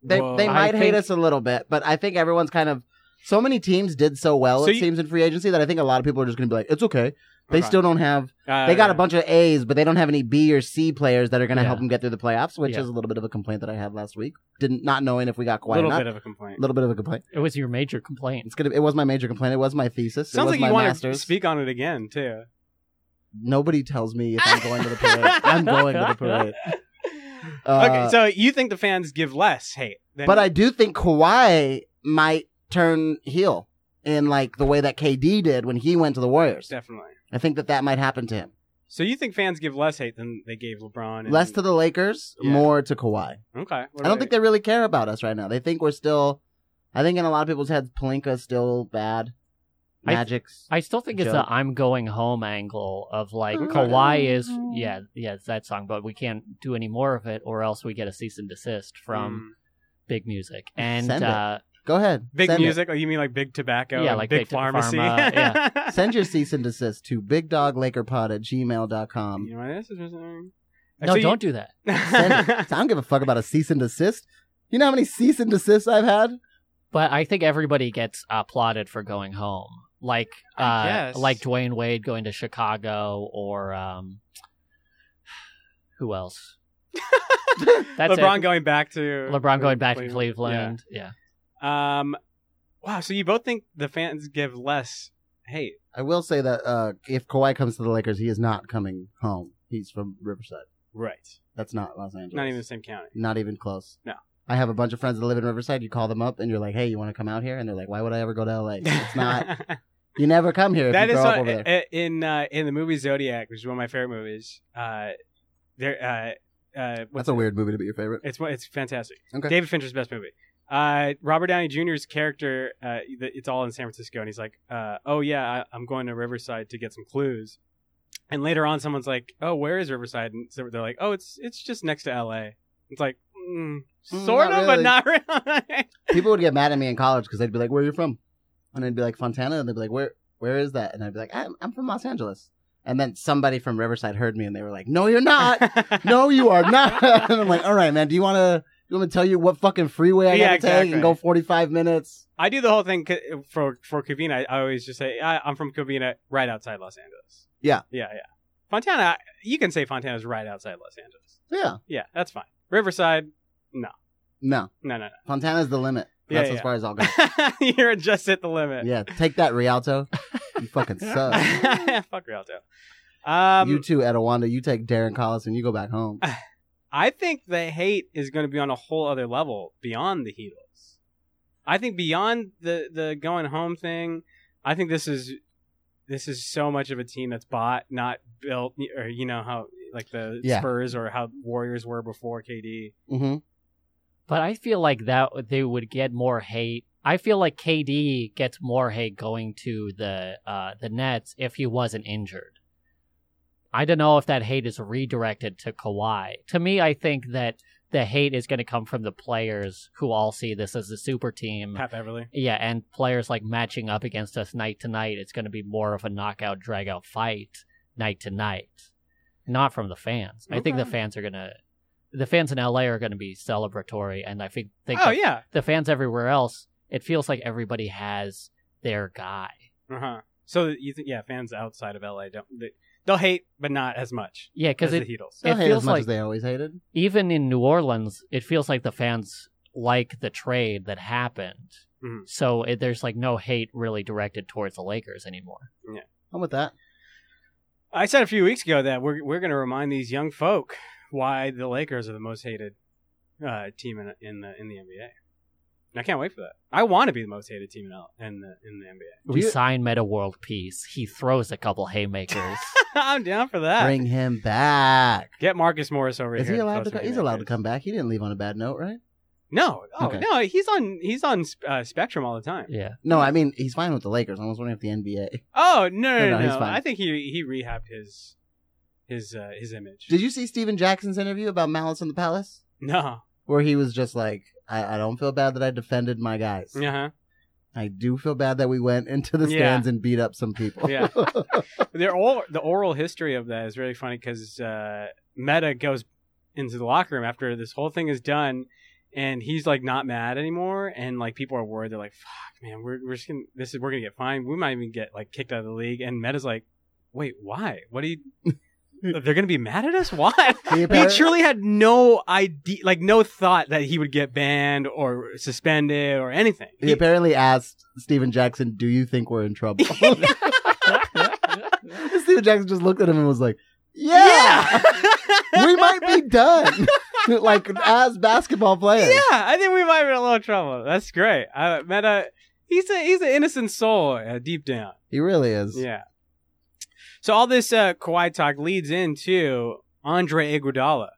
S3: They
S1: Whoa.
S3: they
S2: I
S3: might
S2: think-
S3: hate us a little bit, but I think everyone's kind of so many teams did so well
S1: So
S3: it
S1: you-
S3: seems in free agency that I think a lot of people are just going to be like, it's okay. They
S1: Okay.
S3: still don't have
S1: Uh,
S3: they got a bunch of A's, but they don't have any B or C players that are going to
S2: Yeah.
S3: help them get through the playoffs, which
S2: Yeah.
S3: is a little bit of a complaint that I had last week. Didn't not knowing if we got
S1: A
S3: Kawhi or
S1: little
S3: not.
S1: bit of a complaint.
S3: A little bit of a complaint.
S2: it was your major complaint.
S3: It's gonna. It was my major complaint. It was my thesis. it
S1: Sounds
S3: was
S1: like
S3: my
S1: you want to
S3: master's.
S1: speak on it again too.
S3: Nobody tells me if I'm going to the parade. I'm going to the parade.
S1: *laughs* okay,
S3: Uh,
S1: so you think the fans give less hate? Than
S3: but I do think Kawhi might turn heel in like the way that KD did when he went to the Warriors.
S1: definitely.
S3: I think that that might happen to him.
S1: So you think fans give less hate than they gave LeBron? And,
S3: Less to the Lakers,
S1: Yeah.
S3: more to Kawhi.
S1: okay. What
S3: I don't
S1: about
S3: think
S1: you?
S3: they really care about us right now. They think we're still. I think in a lot of people's heads, Palinka's still bad.
S2: I-
S3: Magic's.
S2: I still think it's
S3: Joke.
S2: the "I'm going home" angle of like
S3: I'm
S2: Kawhi
S3: going
S2: is,
S3: home.
S2: yeah, yeah, it's that song, but we can't do any more of it, or else we get a cease and desist from
S1: Mm.
S2: big music. And
S3: Send it.
S2: uh,
S3: Go ahead.
S1: Big
S3: Send it.
S1: music? Oh, you mean like big tobacco?
S2: Yeah,
S1: and
S2: like
S1: big,
S2: big to-
S1: pharmacy.
S2: pharma,
S1: *laughs*
S2: yeah.
S3: Send your cease and desist to bigdoglakerpod at gmail.com.
S1: *laughs* You know, this is interesting.
S2: No,
S1: Actually,
S2: don't do that.
S1: *laughs*
S3: Send *laughs* it. So I don't give a fuck about a cease and desist. You know how many cease and desists I've had?
S2: But I think everybody gets uh, applauded for going home, like
S1: I
S2: uh,
S1: guess.
S2: like Dwayne Wade going to Chicago, or um, who else? That's
S1: LeBron
S2: it.
S1: going back to
S2: LeBron going back to Cleveland. Yeah.
S1: Yeah. Um, wow. So you both think the fans give less hate?
S3: I will say that uh, if Kawhi comes to the Lakers, he is not coming home. He's from Riverside.
S1: Right.
S3: That's not Los Angeles.
S1: Not even the same county.
S3: Not even close.
S1: No.
S3: I have a bunch of friends that live in Riverside. You call them up and you're like, "Hey, you want to come out here?" And they're like, "Why would I ever go to LA?
S1: *laughs*
S3: It's not. You never come here if
S1: that
S3: you
S1: is
S3: grow up
S1: what,
S3: over there."
S1: i- in uh, in the movie Zodiac, which is one of my favorite movies. Uh, there. Uh, uh, what's
S3: That's a weird movie to be your favorite.
S1: It's one- it's fantastic.
S3: Okay.
S1: David Fincher's best movie. Uh, Robert Downey Jr.'s character, uh, th- it's all in San Francisco, and he's like, uh, "Oh yeah, I, I'm going to Riverside to get some clues." And later on, someone's like, "Oh, where is Riverside?" And so they're like, "Oh, it's it's just next to L.A." It's like, mm,
S3: Mm,
S1: sort
S3: not
S1: of,
S3: really.
S1: but not really.
S3: People would get mad at me in college because they'd be like, "Where are you from?" And I'd be like, "Fontana," and they'd be like, "Where Where is that?" And I'd be like, "I'm, I'm from Los Angeles." And then somebody from Riverside heard me, and they were like, "No,
S1: *laughs*
S3: you're *laughs* not. no, you are not." *laughs* and I'm like, "All right, man. Do you want to?" You want me to tell you what fucking freeway I
S1: Yeah,
S3: gotta take
S1: exactly.
S3: and go 45 minutes?
S1: I do the whole thing c- for for Covina. I always just say I, I'm from Covina, right outside Los Angeles.
S3: Yeah.
S1: yeah, yeah. Fontana, you can say Fontana's right outside Los Angeles.
S3: Yeah.
S1: Yeah, that's fine. Riverside,
S3: No.
S1: no, no,
S3: Fontana's the limit.
S1: Yeah,
S3: That's as
S1: yeah.
S3: far
S1: *laughs*
S3: as I'll go.
S1: no. You're just at the limit.
S3: yeah. Take that, Rialto. You
S1: *laughs*
S3: fucking suck.
S1: Fuck Rialto. Um,
S3: you too, Edawanda. You take Darren Collison. You go back home.
S1: I think the hate is going to be on a whole other level beyond the Heatles. I think beyond the the going home thing, I think this is this is so much of a team that's bought, not built, or you know how like the
S3: Yeah.
S1: Spurs or how Warriors were before KD.
S3: hmm
S2: But I feel like that they would get more hate. I feel like KD gets more hate going to the uh, the Nets if he wasn't injured. I don't know if that hate is redirected to Kawhi. To me, I think that the hate is going to come from the players who all see this as a super team.
S1: Pat Beverly.
S2: Yeah, and players like matching up against us night to night. It's going to be more of a knockout, drag out fight night to night, not from the fans. I think the
S1: Okay.
S2: fans are going to, the fans in LA are going to be celebratory, and I think, think
S1: Oh
S2: the,
S1: yeah.
S2: the fans everywhere else, it feels like everybody has their guy.
S1: Uh huh. So you think yeah, fans outside of LA don't they, they'll hate, but not as much
S2: Yeah, because
S1: as the
S2: it,
S1: Heatles.
S3: They'll
S2: It
S3: hate
S2: feels
S3: as much
S2: like-
S3: as they always hated.
S2: even in New Orleans, it feels like the fans like the trade that happened.
S1: Mhm.
S2: So it, there's like no hate really directed towards the Lakers anymore.
S3: I'm with that.
S1: I said a few weeks ago that we're we're going to remind these young folk why the Lakers are the most hated uh, team in in the in the NBA. And I can't wait for that. I want to be the most hated team in, L- in the in the NBA.
S2: We
S3: You-
S2: sign Meta World Peace. He throws a
S1: *laughs*
S2: couple haymakers.
S1: *laughs* I'm down for that.
S3: Bring him back.
S1: Get Marcus Morris over
S3: Is
S1: here.
S3: he allowed to?
S1: throw
S3: Co-
S1: some
S3: he's allowed to
S1: haymakers.
S3: come back. He didn't leave on a bad note, right?
S1: No, oh
S3: Okay.
S1: no, he's on he's on uh, Spectrum all the time.
S3: *laughs*
S2: yeah.
S3: No, I mean he's fine with the Lakers. I was wondering if the NBA.
S1: Oh no,
S3: No,
S1: no,
S3: no,
S1: no!
S3: he's
S1: no.
S3: fine.
S1: I think he he rehabbed his his uh, his image.
S3: Did you see Steven Jackson's interview about Malice in the Palace,
S1: No,
S3: where he was just like, "I, I don't feel bad that I defended my guys.
S1: uh huh.
S3: I do feel bad that we went into the
S1: Yeah.
S3: stands and beat up some people."
S1: Yeah. Their or, the oral history of that is really funny because uh, Meta goes into the locker room after this whole thing is done, and he's like not mad anymore, and like people are worried. They're like, "Fuck, man, we're we're just gonna this is we're gonna get fined. We might even get like kicked out of the league." And Meta's like, "Wait, why? What do
S3: *laughs*
S1: you?" They're gonna be mad at us? Why?
S3: *laughs* He
S1: He
S3: apparently-
S1: truly had no idea, like no thought that he would get banned or suspended or anything.
S3: He apparently asked Steven Jackson, "Do you think we're
S1: *laughs*
S3: in trouble?" *laughs* Steven Jackson just looked at him and was like, "Yeah,
S1: *laughs*
S3: we might be done, *laughs* like as basketball players."
S1: Yeah, I think we might be in a little trouble. That's great. Uh, Meta, he's a he's an innocent soul uh, deep down.
S3: He really is.
S1: Yeah. So all this uh, Kawhi talk leads into Andre Iguodala.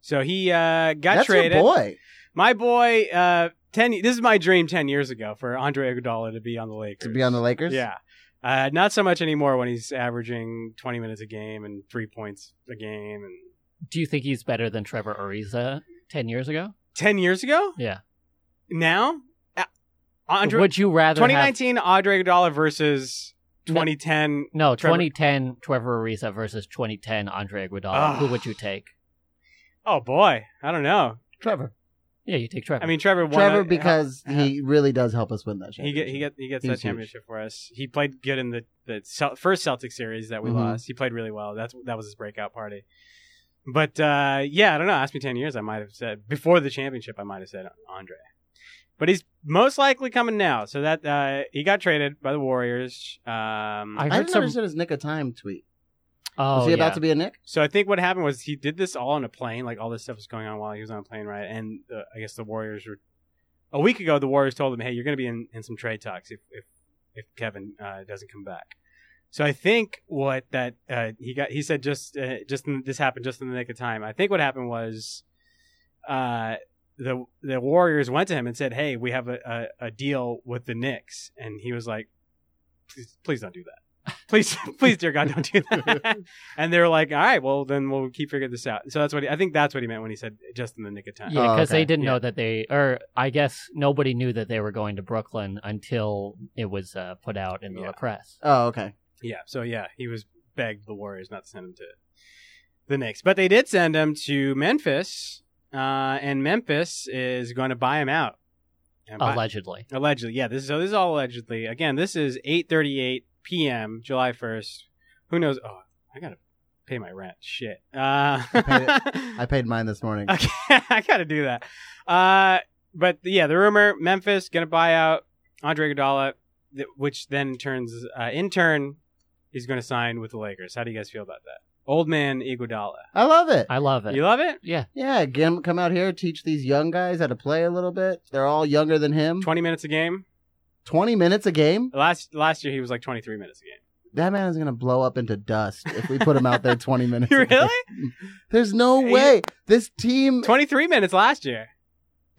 S1: So he uh, got
S3: That's
S1: traded.
S3: your boy.
S1: My boy. Uh, ten. This is my dream ten years ago for Andre Iguodala to be on the Lakers.
S3: To be on the Lakers,
S1: Yeah. Uh, not so much anymore when he's averaging 20 minutes a game and three points a game. And
S2: Do you think he's better than Trevor Ariza ten years ago?
S1: 10 years ago?
S2: Yeah.
S1: now, Uh, Andre,
S2: Would you rather have
S1: 2019 Andre Iguodala versus 2010.
S2: no
S1: Trevor-
S2: 2010 Trevor Ariza versus 2010 Andre Iguodala?
S1: Ugh.
S2: Who would you take?
S1: Oh boy, I don't know.
S2: Trevor. Yeah, you take Trevor.
S1: I mean, Trevor. Won
S3: Trevor
S1: a-
S3: because
S1: yeah.
S3: he really does help us win that
S1: he
S3: championship.
S1: get he get he gets
S3: He's
S1: that
S3: huge.
S1: championship for us. He played good in the the Cel- first Celtic series that we
S2: Mm-hmm.
S3: Mhm.
S1: lost. He played really well. That's that was his breakout party. But uh, yeah, I don't know. Ask me ten years, I might have said before the championship, I might have said Andre. But he's most likely coming now. So that uh, he got traded by the Warriors. Um,
S2: I
S3: I
S2: heard
S3: didn't
S2: some.
S3: understand his Nick of Time tweet.
S2: Oh,
S3: Was he
S2: yeah.
S3: about to be a Nick?
S1: so I think what happened was he did this all on a plane. Like all this stuff was going on while he was on a plane, right? And uh, I guess the Warriors were a week ago. The Warriors told him, "Hey, you're going to be in, in some trade talks if if, if Kevin uh, doesn't come back." So I think what that uh, he got, he said just uh, just in, this happened just in the nick of time. I think what happened was uh, the the Warriors went to him and said, "Hey, we have a, a, a deal with the Knicks," and he was like, "Please, please don't do that. Please, *laughs* please, dear God, don't do that." and they were like, "All right, well then we'll keep figuring this out." So that's what he, I think that's what he meant when he said just in the nick of time.
S2: Yeah,
S3: Oh,
S2: because they
S3: okay.
S2: didn't
S1: Yeah.
S2: know that they, or I guess nobody knew that they were going to Brooklyn until it was uh, put out in
S1: Yeah.
S2: the press.
S3: Oh, okay.
S1: Yeah. So yeah, he was begged the Warriors not to send him to the Knicks, but they did send him to Memphis, uh, and Memphis is going to buy him out. And buy-
S2: Allegedly,
S1: allegedly, yeah. This is so. This is all allegedly. Again, this is 8:38 p.m. July 1st. Who knows? Oh, I gotta pay my rent. Shit. Uh,
S3: paid
S1: *laughs*
S3: I paid mine
S2: *laughs*
S3: this morning.
S1: Okay, I gotta do that. Uh, but yeah, the rumor Memphis gonna buy out Andre Iguodala, th- which then turns uh, in turn he's gonna sign with the Lakers. How do you guys feel about that? Old man Iguodala,
S3: I
S1: *laughs*
S3: love it.
S2: I love it.
S1: you love it?
S2: yeah,
S3: Yeah, get him, come out here, teach these young guys how to play a little bit. They're all younger than him.
S1: Twenty minutes a game.
S3: 20 minutes a game?
S1: Last last year he was like twenty three minutes a game.
S3: That man is going to blow up into dust if we put him
S1: *laughs*
S3: out there 20
S2: *laughs*
S3: minutes. a game.
S1: really?
S3: There's no
S1: Yeah.
S3: way. This team.
S1: Twenty three minutes last year.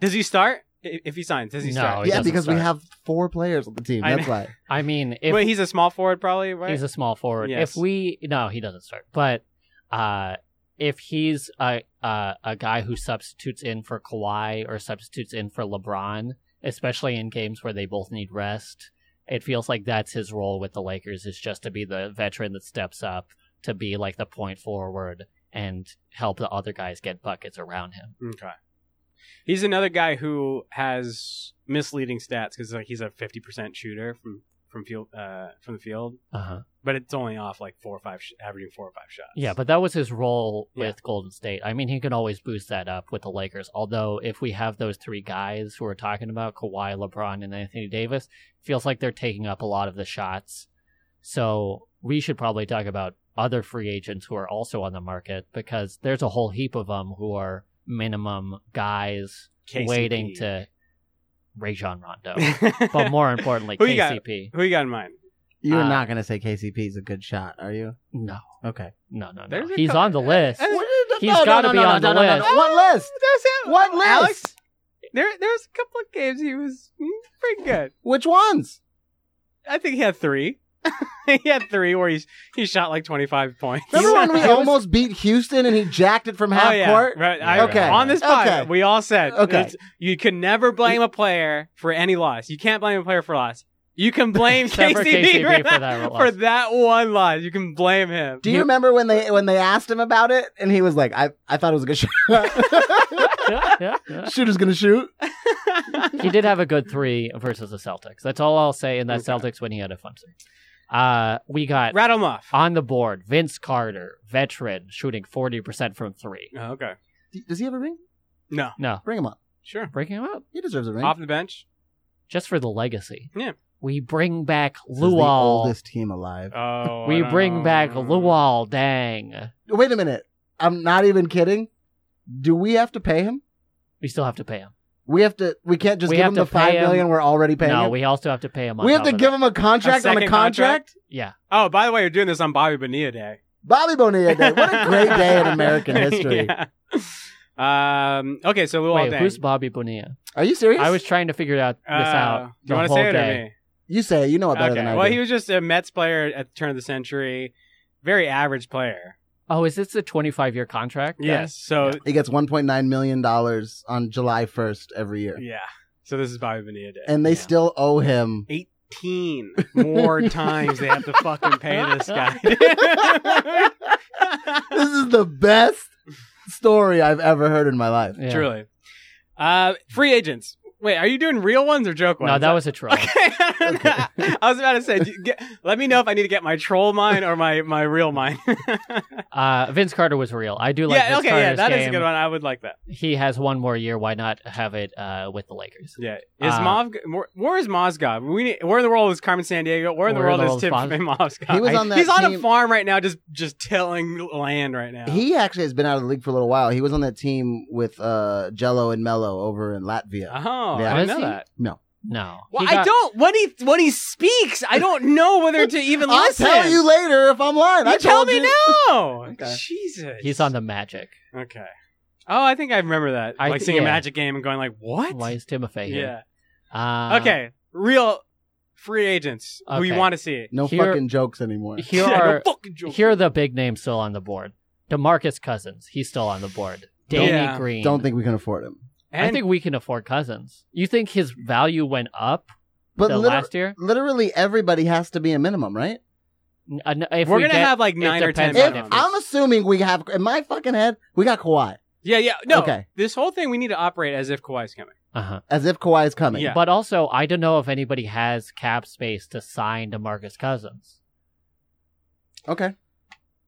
S1: Does he start? I- If he signs, does Oh, he
S2: No,
S1: start?
S2: he
S3: yeah,
S2: doesn't
S3: because we
S2: start.
S3: have four players on the team.
S1: I
S3: That's
S1: know.
S3: why.
S2: I mean, if
S1: but he's a small forward, probably. Right?
S2: he's a small forward,
S1: Yes.
S2: if we no, he doesn't start, but uh, if he's a, a a guy who substitutes in for Kawhi or substitutes in for LeBron, especially in games where they both need rest, it feels like that's his role with the Lakers is just to be the veteran that steps up to be like the point forward and help the other guys get buckets around him.
S1: Okay. He's another guy who has misleading stats because like he's a fifty percent shooter from from field uh, from the field,
S2: Uh-huh.
S1: but it's only off like four or five, sh- averaging four or five shots.
S2: Yeah, but that was his role
S1: Yeah.
S2: with Golden State. I mean, he can always boost that up with the Lakers. Although, if we have those three guys who we're talking about, Kawhi, LeBron, and Anthony Davis, it feels like they're taking up a lot of the shots. So we should probably talk about other free agents who are also on the market because there's a whole heap of them who are minimum guys
S1: KCP.
S2: waiting
S1: *laughs*
S2: to Rajon Rondo. but more importantly,
S1: Who you got?
S2: KCP.
S1: who you got in mind?
S3: You're
S2: Uh,
S3: not going to say KCP is a good shot, are you?
S2: No,
S3: Okay.
S2: no, no, no.
S1: There's a
S2: He's
S1: couple-
S2: on the list.
S1: Uh,
S2: He's gotta be on the list.
S3: What list?
S1: There's him.
S3: What list?
S1: Alex, there there's a couple of games he was mm, pretty good.
S3: Which ones?
S1: I think he had
S3: *laughs*
S1: three. *laughs* he had three where he's he shot like twenty five points.
S3: Remember when we
S1: It was-
S3: almost beat Houston and he jacked it from half
S1: oh, yeah.
S3: court?
S1: Right. I-
S3: Okay.
S1: On this pod,
S3: Okay.
S1: we all said
S3: Okay.
S1: it's- you can never blame a player for any loss. You can't blame a player for loss. You can
S2: *laughs*
S1: blame
S2: Except for
S1: KCP,
S2: KCP
S1: for, that,
S2: for
S1: for
S2: that loss.
S1: that one loss. You can blame him.
S3: Do you remember when they when they asked him about it and he was like, "I I thought it was a good shot.
S2: *laughs* Yeah, yeah, yeah.
S3: Shooter's gonna *laughs* shoot."
S2: he did have a good three versus the Celtics. That's all I'll say in that
S1: Okay.
S2: Celtics winning out of fun. Uh, we got
S1: Rattle him off.
S2: on the board Vince Carter, veteran, shooting 40% from three.
S1: Oh, okay.
S3: D- Does he have a ring?
S1: No.
S2: No,
S3: Bring him up.
S1: Sure.
S2: breaking him up
S3: He deserves a ring.
S1: Off the bench.
S2: just for the legacy.
S1: Yeah.
S2: We bring back
S3: This is the
S2: Luol.
S3: oldest team alive.
S1: Oh. I
S2: We
S1: don't
S2: bring
S1: know.
S2: back Luol Dang.
S3: Wait a minute. I'm not even kidding. Do we have to pay him?
S2: We still have to pay him.
S3: We have to. We can't just
S2: We
S3: give
S2: have
S3: him
S2: to
S3: the five
S2: pay him.
S3: million we're already paying.
S2: no,
S3: him.
S2: we also have to pay him. On
S3: We have
S2: top
S3: to
S2: of
S3: give
S2: that.
S3: him a contract
S1: A
S3: on a
S1: second
S3: contract.
S2: Yeah.
S1: Oh, by the way, you're doing this on Bobby Bonilla
S3: *laughs*
S1: Day.
S3: Bobby Bonilla Day. What a
S1: *laughs*
S3: great day in American history.
S1: Yeah. Um. Okay. So Luol
S2: Wait,
S1: Deng.
S2: who's Bobby Bonilla?
S3: Are you serious?
S2: I was trying to figure out this
S1: Uh,
S2: out.
S1: do you
S2: the
S1: want to
S2: whole
S1: say it
S2: day.
S1: or me?
S3: You say it. you know it better
S1: okay.
S3: than I
S1: well,
S3: do.
S1: he was just a Mets player at the turn of the century. Very average player.
S2: Oh, is this a 25 year contract? guy?
S1: Yes. So
S3: He gets 1.9 million dollars on July 1st every year.
S1: Yeah. So this is Bobby Bonilla Day.
S3: and they
S1: Yeah.
S3: still owe him.
S1: 18 more times they have to fucking pay this *laughs* guy.
S3: This is the best story I've ever heard in my life.
S2: Yeah.
S1: Truly. Uh, free agents. Wait, are you doing real ones or joke ones? *laughs*
S2: No, that was a troll.
S1: Okay. I was about to say, do you get- let me know if I need to get my troll mine or my, my real mine. *laughs*
S2: Uh, Vince Carter was real. I do like
S1: yeah,
S2: Vince
S1: okay, yeah,
S2: Carter's
S1: that is
S2: game.
S1: a good one. I would like that.
S2: He has one more year. Why not have it uh, with the Lakers?
S1: Yeah, is
S2: Uh,
S1: Mov? Where, where is Mozgov? We need, where in the world is Carmen San Diego? Where in the
S2: Where in
S1: world
S2: the
S1: is
S2: world
S1: Tim
S2: is
S1: Mozgov?
S3: He was on that
S1: He's on a
S3: team-
S1: farm right now, just just tilling land right now.
S3: He actually has been out of the league for a little while. He was on that team with uh, Jello and Mello over in Latvia.
S1: oh,
S3: Yeah.
S1: I didn't
S2: Was
S1: know
S2: he?
S1: that.
S2: No.
S1: Well,
S2: He got-
S1: I don't when he when he speaks, I don't know whether to
S2: *laughs*
S1: even
S3: I'll
S1: listen.
S3: tell you later if I'm lying.
S1: You
S3: I
S1: tell
S3: told
S1: me
S3: you.
S2: *laughs*
S1: now.
S3: Okay.
S1: Jesus,
S2: He's on the Magic.
S1: Okay. Oh, I think I remember that.
S2: I
S1: like
S2: th-
S1: seeing a
S2: yeah.
S1: Magic game and going like, "What?"
S2: Why is Timofey here?
S1: yeah.
S2: Uh,
S1: okay. Real free agents who you
S2: Okay.
S1: want to see.
S3: No
S2: Here-
S3: fucking jokes anymore.
S1: *laughs*
S2: Here
S1: Yeah,
S2: are
S1: no fucking joke.
S2: here are the big names still on the board. Demarcus Cousins, he's still on the board. Danny
S1: Yeah.
S2: Green.
S3: Don't think we can afford him.
S2: I think we can afford Cousins. You think his value went up
S3: But
S2: the
S3: liter-
S2: last year?
S3: literally everybody has to be a minimum, right?
S2: N- uh, n- If
S1: we're
S2: we
S1: gonna
S2: get-
S1: have like nine or ten.
S2: depends on
S3: If,
S2: Minimum.
S1: minimums.
S3: I'm assuming we have in my fucking head, we got Kawhi.
S1: yeah, yeah. No,
S3: Okay.
S1: this whole thing we need to operate as if Kawhi's coming.
S2: Uh-huh.
S3: As if Kawhi is coming.
S1: Yeah.
S2: But also, I don't know if anybody has cap space to sign Demarcus Cousins.
S3: Okay.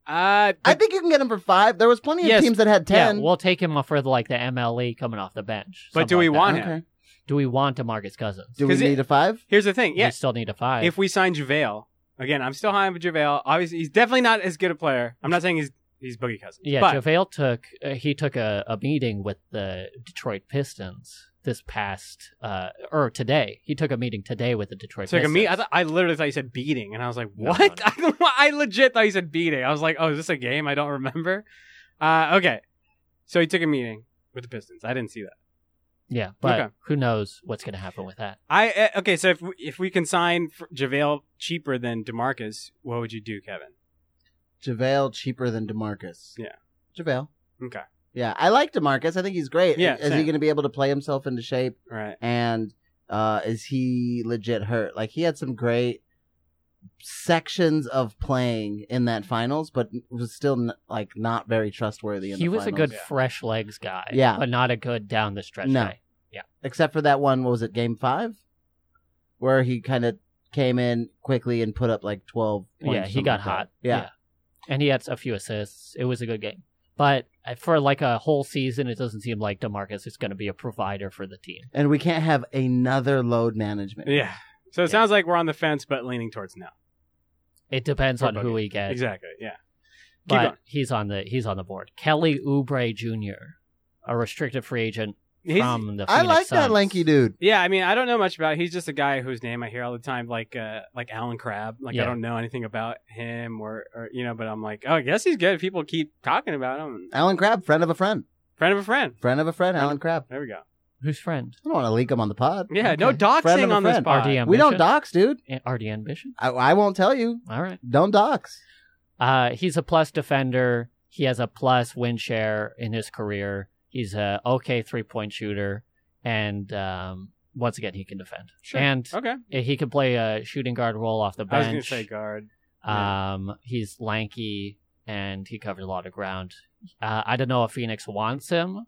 S1: Uh,
S3: I think you can get him for five. There was plenty of
S1: Yes.
S3: teams that had ten.
S2: Yeah, we'll take him for like the MLE coming off the bench.
S1: But
S2: something
S1: do we
S2: like that.
S1: want him?
S3: okay.
S2: Do we want Demarcus Cousins?
S3: Do we
S1: 'Cause it-
S3: need a five?
S1: here's the thing.
S2: We
S1: Yes,
S2: still need a five.
S1: if we sign JaVale again, I'm still high on JaVale. Obviously, he's definitely not as good a player. I'm not saying he's he's Boogie Cousins.
S2: Yeah,
S1: but
S2: JaVale took uh, he took a, a meeting with the Detroit Pistons this past uh or today. He took a meeting today with the Detroit
S1: took a
S2: Pistons.
S1: meet. I, th- I literally thought you said beating, and I was like,
S2: No,
S1: "What?" *laughs* I legit thought you said beating. I was like, "Oh, is this a game? I don't remember." Uh, okay, so he took a meeting with the Pistons. I didn't see that.
S2: yeah, but
S1: Okay.
S2: who knows what's going to happen with that?
S1: I uh, okay. So if we, if we can sign for Javale cheaper than Demarcus, what would you do, Kevin?
S3: JaVale cheaper than DeMarcus.
S1: Yeah.
S3: JaVale.
S1: Okay.
S3: Yeah. I like DeMarcus. I think he's great.
S1: Yeah,
S3: Is he
S1: same.
S3: gonna be able to play himself into shape?
S1: All right.
S3: and uh, is he legit hurt? Like he had some great sections of playing in that finals, but was still n- like not very trustworthy. In
S2: He
S3: the
S2: was a
S3: finals.
S2: good
S1: Yeah.
S2: fresh legs guy,
S3: Yeah.
S2: but not a good down the stretch
S3: No.
S2: guy.
S3: except for that one. What was it, Game Five, where he kind of came in quickly and put up like twelve. Points
S2: yeah,
S3: or
S2: he
S3: something
S2: got
S3: like that.
S2: hot.
S3: Yeah.
S2: And he had a few assists. It was a good game. But uh, for like a whole season, it doesn't seem like DeMarcus is going to be a provider for the team.
S3: and we can't have another load management.
S1: Yeah. So it
S2: Yeah.
S1: sounds like we're on the fence, but leaning towards no.
S2: It depends
S1: Or
S2: on who
S1: Boogie.
S2: we get.
S1: Exactly. Yeah. Keep
S2: but
S1: going.
S2: he's on the he's on the board. Kelly Oubre Jr., a restricted free agent
S1: He's-
S2: from the.
S3: I
S2: Phoenix
S3: like that
S2: Suns.
S3: lanky dude.
S1: Yeah, I mean, I don't know much about. He's just a guy whose name I hear all the time, like uh, like Alan Crabb. Like I
S2: Yeah.
S1: don't know anything about him, or, or you know, but I'm like, oh, I guess he's good. People keep talking about him.
S3: Alan Crab, friend of a friend,
S1: Friend of a friend.
S3: friend of a friend. Alan Crab.
S1: There we go.
S2: Who's friend?
S3: I don't want to leak him on the pod.
S1: Yeah, no
S2: Okay.
S3: Friend
S1: doxing
S3: of a
S1: on this
S3: friend.
S1: pod.
S2: RD ambition.
S3: We don't dox, dude.
S2: Eh, RD ambition.
S3: I, I won't tell you.
S2: All right.
S3: Don't dox.
S2: Uh, he's a plus defender. He has a plus win share in his career. He's a okay three point shooter, and um, once again, he can defend.
S1: Sure.
S2: And
S1: Okay.
S2: he can play a shooting guard role off the
S1: I was gonna
S2: bench.
S1: say guard. Yeah.
S2: Um, he's lanky and he covered a lot of ground. Uh, I don't know if Phoenix wants him,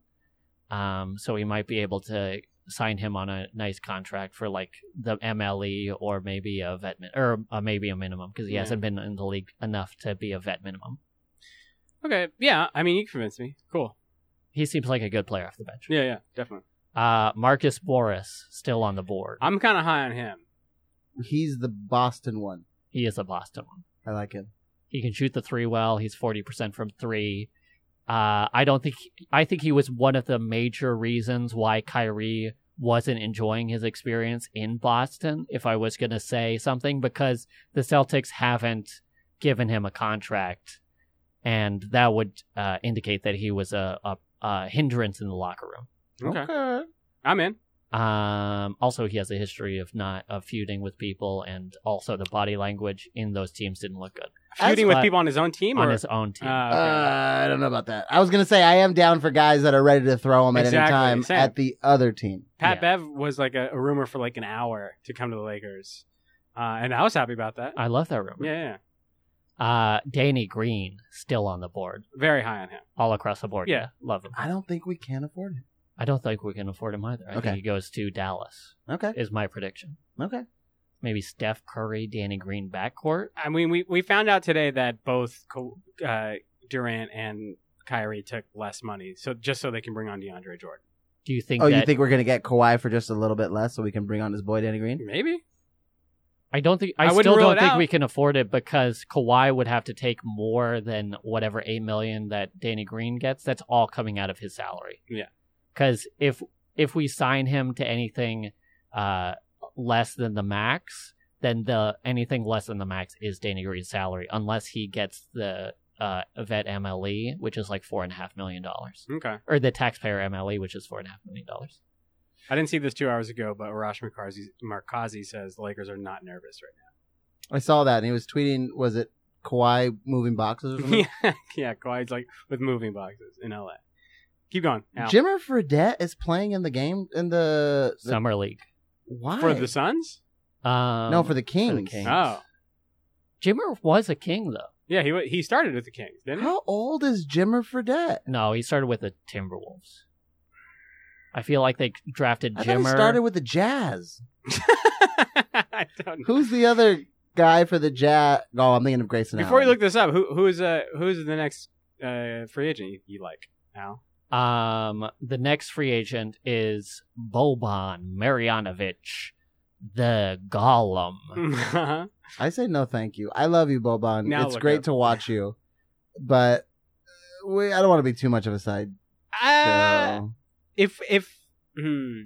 S2: um, so we might be able to sign him on a nice contract for like the MLE or maybe a vet min- or uh, maybe a minimum because he
S1: Yeah.
S2: hasn't been in the league enough to be a vet minimum.
S1: Okay. Yeah. I mean, you convinced me. Cool.
S2: He seems like a good player off the bench.
S1: Yeah. Yeah. Definitely.
S2: Uh, Marcus Boris still on the board.
S1: I'm kind of high on him.
S3: He's the Boston one.
S2: he is a Boston one.
S3: I like him.
S2: He can shoot the three well. He's forty percent from three. Uh, I don't think. I think he was one of the major reasons why Kyrie wasn't enjoying his experience in Boston. If I was going to say something, because the Celtics haven't given him a contract, and that would uh, indicate that he was a, a, a hindrance in the locker room.
S1: Okay. I'm in.
S2: Um, also, he has a history of not of feuding with people, and also the body language in those teams didn't look good.
S1: feuding with
S2: But-
S1: people on his own team?
S2: on
S1: or?
S2: his own team.
S1: Ah, okay.
S3: Uh, I don't know about that. I was gonna say I am down for guys that are ready to throw him at any
S1: Exactly,
S3: time
S1: same.
S3: at the other team.
S1: Pat
S2: yeah.
S1: Bev was like a, a rumor for like an hour to come to the Lakers, uh, and I was happy about that.
S2: I love that rumor.
S1: Yeah, yeah, yeah.
S2: Uh, Danny Green still on the board,
S1: very high on him.
S2: all across the board.
S1: Yeah.
S2: love him.
S3: I don't think we can afford him.
S2: I don't think we can afford him either. I
S3: Okay.
S2: think he goes to Dallas.
S3: Okay.
S2: Is my prediction.
S3: Okay.
S2: Maybe Steph Curry, Danny Green backcourt.
S1: I mean, we we found out today that both Co- uh, Durant and Kyrie took less money, so just so they can bring on DeAndre Jordan.
S2: Do you think?
S3: Oh,
S2: that,
S3: you think we're gonna get Kawhi for just a little bit less so we can bring on his boy Danny Green?
S1: Maybe
S2: I don't think. I,
S1: I wouldn't
S2: still
S1: rule
S2: don't
S1: it
S2: think
S1: out.
S2: we can afford it because Kawhi would have to take more than whatever eight million that Danny Green gets. That's all coming out of his salary.
S1: Yeah.
S2: Because if if we sign him to anything uh, less than the max, then the anything less than the max is Danny Green's salary, unless he gets the uh, vet MLE, which is like four and a half million dollars,
S1: okay.
S2: or the taxpayer MLE, which is four and a half million dollars.
S1: I didn't see this two hours ago, but Arash Markazi, Markazi says the Lakers are not nervous right
S3: I saw that and he was tweeting. Was it Kawhi moving boxes? Or
S1: now. *laughs*
S3: something?
S2: Mm-hmm.
S1: yeah, yeah. Kawhi's like with moving boxes in LA. Keep going. Al.
S3: Jimmer Fredette is playing in the game in the, the
S2: Summer league.
S3: why
S1: for the Suns.
S2: Um,
S3: no for the Kings.
S2: Kings.
S1: Oh,
S2: Jimmer was a king though.
S1: yeah. He wa- he started with the Kings, didn't he?
S3: How old is Jimmer Fredette?
S2: No, he started with the Timberwolves. I feel like they drafted
S3: I thought he
S2: Jimmer.
S3: started with the Jazz.
S1: *laughs* I don't know.
S3: Who's the other guy for the Jazz? Oh, I'm thinking of Grayson.
S1: Before you
S3: Allen.
S1: look this up, who who's uh who's the next uh free agent you, you like? Al.
S2: um, the next free agent is Boban Marjanovic, the Golem.
S3: *laughs*
S1: Uh-huh.
S3: I say no, thank you. I love you, Boban.
S1: Now
S3: it's
S1: look
S3: great
S1: up.
S3: to watch you, but we, I don't want to be too much of a side.
S1: *laughs*
S3: So,
S1: Uh, if if hmm.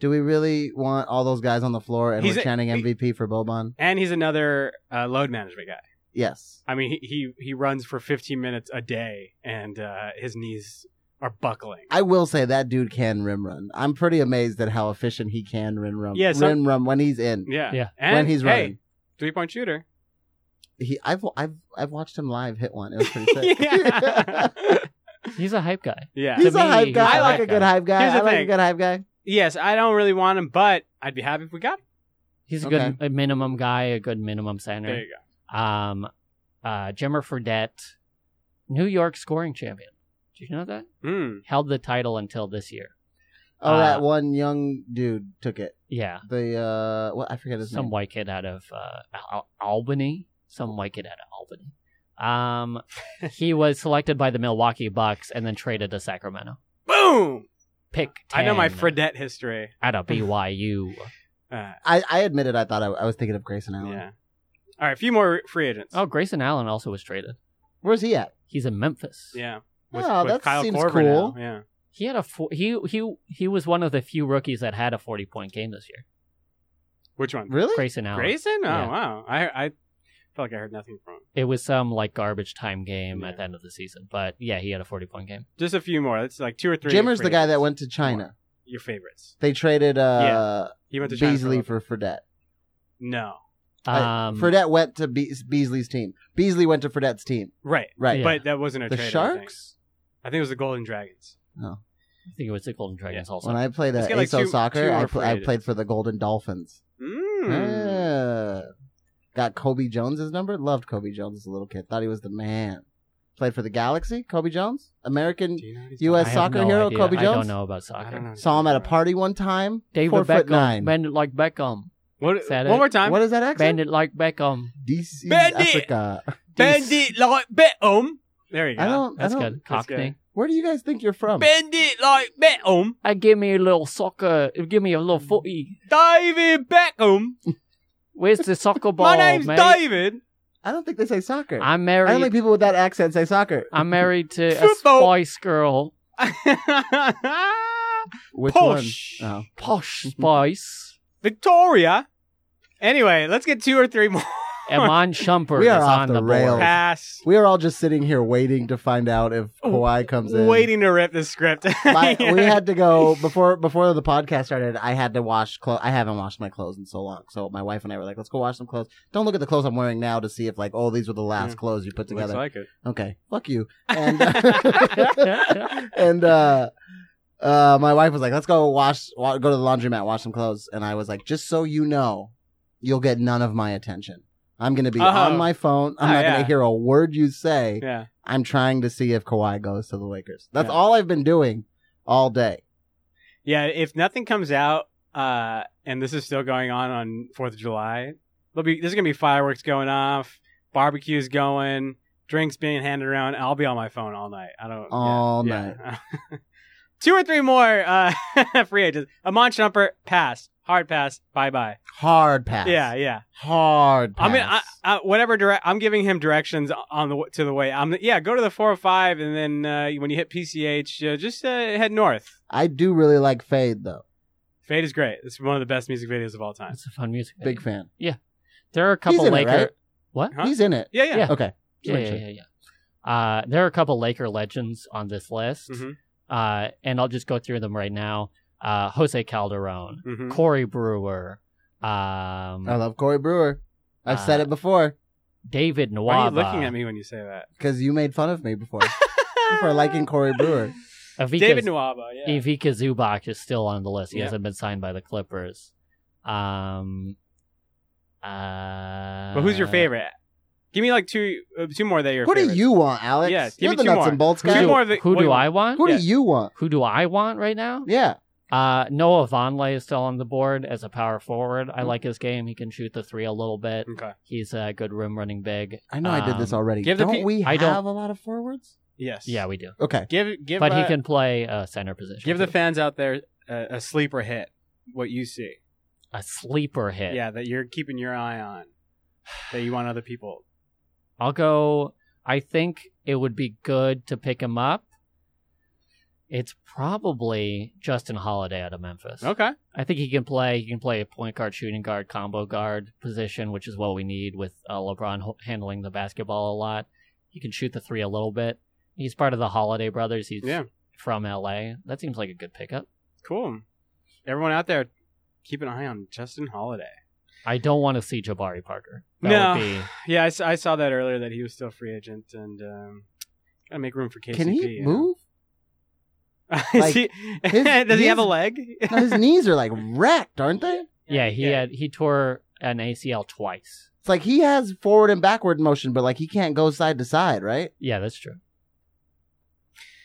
S3: do we really want all those guys on the floor and
S1: He's
S3: we're
S1: a-
S3: chanting
S1: he-
S3: MVP for Boban?
S1: and he's another uh, load management guy.
S3: Yes.
S1: I mean, he, he he runs for 15 minutes a day, and uh, his knees are buckling.
S3: I will say that dude can rim run. I'm pretty amazed at how efficient he can rim run.
S1: Yeah, some-
S3: rim run when he's in.
S1: Yeah,
S2: Yeah.
S1: And
S3: when he's
S1: hey,
S3: running.
S1: three point
S3: *laughs*
S1: shooter.
S3: He, I've, I've, I've watched him live hit one. It
S1: *laughs*
S3: was pretty sick.
S1: yeah,
S2: He's a hype guy.
S1: *laughs* yeah.
S3: *laughs* He's
S2: To
S3: a
S2: me,
S3: hype
S2: he's
S3: guy.
S1: a
S3: I like
S1: hype
S3: a good
S2: guy.
S3: hype guy.
S1: Here's the
S3: I like a
S1: thing.
S3: good hype guy.
S1: Yes, I don't really want him, but I'd be happy if we got him.
S2: He's a
S3: Okay.
S2: good a minimum guy, a good minimum
S1: There
S2: center.
S1: you go.
S2: Um, uh, Jimmer Fredette, New York scoring champion. Did you know that?
S1: Hmm.
S2: Held the title until this year.
S3: Oh,
S2: Uh,
S3: that one young dude took it.
S2: Yeah.
S3: The uh, what I forget his
S2: some
S1: Mm-hmm.
S3: name.
S2: white kid out of uh, Al- Albany. Some white kid out of Albany. Um, he was selected by the Milwaukee Bucks and then traded to Sacramento.
S1: Boom.
S2: Pick. 10
S1: I know my Fredette history. *laughs*
S2: out of BYU.
S1: Uh,
S3: I, I admitted I thought I, I was thinking of Grayson Allen.
S1: yeah. All right, a few more free agents.
S2: oh, Grayson Allen also was traded.
S3: Where's he at?
S2: He's in Memphis.
S1: yeah.
S3: Oh, that seems
S1: now.
S3: cool.
S1: Yeah.
S2: he had a four, he he he was one of the few rookies that had a forty point game this year.
S1: Which one?
S3: Really?
S2: Grayson Allen.
S1: Grayson? Oh
S2: Yeah.
S1: wow. I I felt like I heard nothing from him.
S2: It was some like garbage time game
S1: Yeah.
S2: at the end of the season, but yeah, he had a forty point game.
S1: Just a few more. That's like two or three.
S3: Jimmer's
S1: free
S3: the guy that
S1: agents.
S3: went to China.
S1: Your favorites.
S3: They traded uh,
S1: He went to China
S3: Beasley
S1: for,
S3: for Fredette.
S1: no.
S3: I-
S2: Um,
S3: Fredette went to Be- Beasley's team. Beasley went to Fredette's team.
S1: Right.
S3: Right.
S2: Yeah.
S1: But that wasn't a
S3: The
S1: trade. I think.
S3: Sharks?
S1: I think it was the Golden Dragons.
S2: I think it was the Golden Dragons also.
S3: When I played uh,
S1: Let's get, like,
S3: ASO
S1: two- two
S3: soccer,
S1: more
S3: I, pl-
S1: free
S3: I
S1: agents.
S3: played for the Golden Dolphins. Uh,
S1: Mm.
S3: Yeah. Got Kobe Jones's number. Loved Kobe Jones as a little kid. Thought he was the man. Played for the Galaxy. Kobe Jones, American.
S1: Do you know what he's
S3: US
S2: I have
S3: soccer
S2: no
S3: hero,
S2: idea.
S3: Kobe
S2: I
S3: Jones?
S2: don't know about
S1: talking about?
S2: soccer.
S1: I don't know. what he's
S3: Saw him at a
S1: talking
S3: party one time.
S2: David
S3: Four
S2: Beckham.
S3: foot nine.
S2: Bend it like Beckham.
S1: about. What,
S2: Said
S1: one
S2: it.
S1: more time.
S3: What is that accent?
S2: Bend it like Beckham.
S3: This is
S1: Bandit.
S3: Africa.
S1: Bend
S2: This-
S1: it like Beckham. There you go.
S3: I don't.
S2: That's
S3: I don't,
S2: good. Cockney.
S1: good.
S3: Where do you guys think you're from?
S1: Bend it like Beckham.
S2: I give me a little soccer. Give me a little footy.
S1: David Beckham.
S2: Where's the
S3: *laughs*
S2: soccer ball,
S1: My name's
S2: mate?
S1: David.
S3: I don't think they say soccer. I'm
S2: I'm
S3: I do not
S2: married.
S3: think people with that accent say soccer.
S2: I'm married to a
S1: Football.
S2: Spice Girl,
S1: *laughs*
S3: Which
S1: Posh.
S3: one? Oh.
S2: posh Spice.
S3: *laughs*
S1: Victoria. Anyway, let's get two or three more.
S2: Amon Shumpert
S3: We are
S2: is
S3: off
S2: on
S3: the
S2: the,
S3: rails.
S2: board.
S1: Pass.
S3: We are all just sitting here waiting to find out if Kawhi comes in.
S1: Oh, Waiting to rip the script.
S3: *laughs*
S1: *laughs*
S3: My-
S1: Yeah.
S3: We had to go before before the podcast started. I had to wash clothes. I haven't washed my clothes in so long. So my wife and I were like, "Let's go wash some clothes." Don't look at the clothes I'm wearing now to see if like, oh, these were the last
S1: Mm.
S3: clothes *laughs* you put
S1: Looks
S3: together.
S1: like it.
S3: okay, fuck you.
S1: *laughs*
S3: And uh, *laughs* and uh, uh, my wife was like, "Let's go wash, wa- go to the laundromat, wash some clothes." And I was like, "Just so you know, you'll get none of my attention. I'm gonna be
S1: Uh-huh.
S3: on my phone. I'm
S1: Ah,
S3: not
S1: yeah.
S3: gonna hear a word you say.
S1: Yeah.
S3: I'm trying to see if Kawhi goes to the Lakers. That's
S1: Yeah.
S3: all I've been doing all day.
S1: Yeah. If nothing comes out, uh, and this is still going on on 4th of July, there'll be, there's going to be fireworks going off, barbecues going, drinks being handed around. I'll be on my phone all night. I don't. yeah,
S3: All
S1: yeah. *laughs* Two or three more uh, *laughs* free agents. Amon Shumpert, pass. Hard pass. Bye bye.
S3: Hard pass.
S1: Yeah, yeah.
S3: Hard pass.
S1: I mean, I, I, whatever direct, I'm giving him directions on the to the way. I'm yeah, go to the 405, and then uh, when you hit PCH, uh, just uh, head north.
S3: I do really like Fade though.
S1: Fade is great. It's one of the best music videos of all time.
S2: *laughs* It's a fun music.
S3: Big
S2: video.
S3: fan.
S2: There are a couple
S3: in it,
S2: Laker.
S3: right?
S2: What?
S1: Huh?
S3: He's in it.
S1: Yeah, yeah.
S2: Yeah.
S3: Okay.
S2: Yeah, yeah, yeah, yeah. Uh, there are a couple Laker legends on this list,
S1: Mhm.
S2: uh, and I'll just go through them right now. Uh, Jose Calderon,
S1: Mhm.
S2: Corey Brewer, um,
S3: Mm-hmm. I love Corey Brewer. I've said
S2: Uh,
S3: it before
S2: David Nwaba.
S1: Why are you looking at me when you say that?
S3: because you made fun of me *laughs* before
S1: *laughs*
S3: for liking Corey *laughs* Brewer.
S2: Avika,
S1: David Nuaba. Yeah.
S2: Ivica Zubac is still on the list. He
S1: Yeah.
S2: hasn't been signed by the Clippers. Um, uh,
S1: but who's your favorite? Give me like two uh, two more that you're.
S3: Who do you want, Alex?
S1: Yeah, give
S3: You're
S1: me
S3: the
S1: two
S3: nuts
S1: more.
S3: and bolts
S2: Who
S1: Two
S3: guy.
S2: do,
S1: more of the-
S2: who
S1: what do
S2: do
S1: you want?
S2: I want?
S3: Who
S1: Yeah.
S3: do you want?
S2: Who do I want right now?
S3: Yeah.
S2: Uh, Noah Vonleh is still on the board as a power forward.
S1: Mm-hmm.
S2: I like his game. He can shoot the three a little bit.
S1: Okay.
S2: He's a good rim running big.
S3: I know I did this
S2: Um,
S3: already.
S1: give the
S3: don't
S1: pe-
S3: we
S2: I
S3: have
S2: don't-
S3: a lot of forwards?
S1: Yes.
S2: Yeah, we do.
S3: Okay.
S1: Give give.
S2: but he
S1: uh,
S2: can play uh, center position.
S1: give the
S2: too.
S1: fans out there a, a sleeper hit. What you see.
S2: a sleeper hit.
S1: Yeah, that you're keeping your eye on. That you want other
S2: *sighs*
S1: people.
S2: I'll go. I think it would be good to pick him up. It's probably Justin Holiday out of Memphis.
S1: Okay.
S2: I think he can play. He can play a point guard, shooting guard, combo guard position, which is what we need with uh, LeBron ho- handling the basketball a lot. He can shoot the three a little bit. He's part of the Holiday brothers. He's
S1: Yeah.
S2: from LA. That seems like a good pickup.
S1: Cool. Everyone out there, keep an eye on Justin Holiday.
S2: I don't want to see Jabari Parker. That
S1: No.
S2: would be
S1: *laughs* Yeah, I, s- I saw that earlier that he was still a free agent and um, gotta make room for KCP.
S3: Can he
S1: you know?
S3: move?
S1: *laughs* Is he- *laughs*
S3: his-
S1: does he have a
S3: his-
S1: leg?
S3: No, his knees are like wrecked, aren't they?
S2: yeah. He had he tore an ACL twice.
S3: It's like he has forward and backward motion, but like he can't go side to side, right?
S2: Yeah, that's true.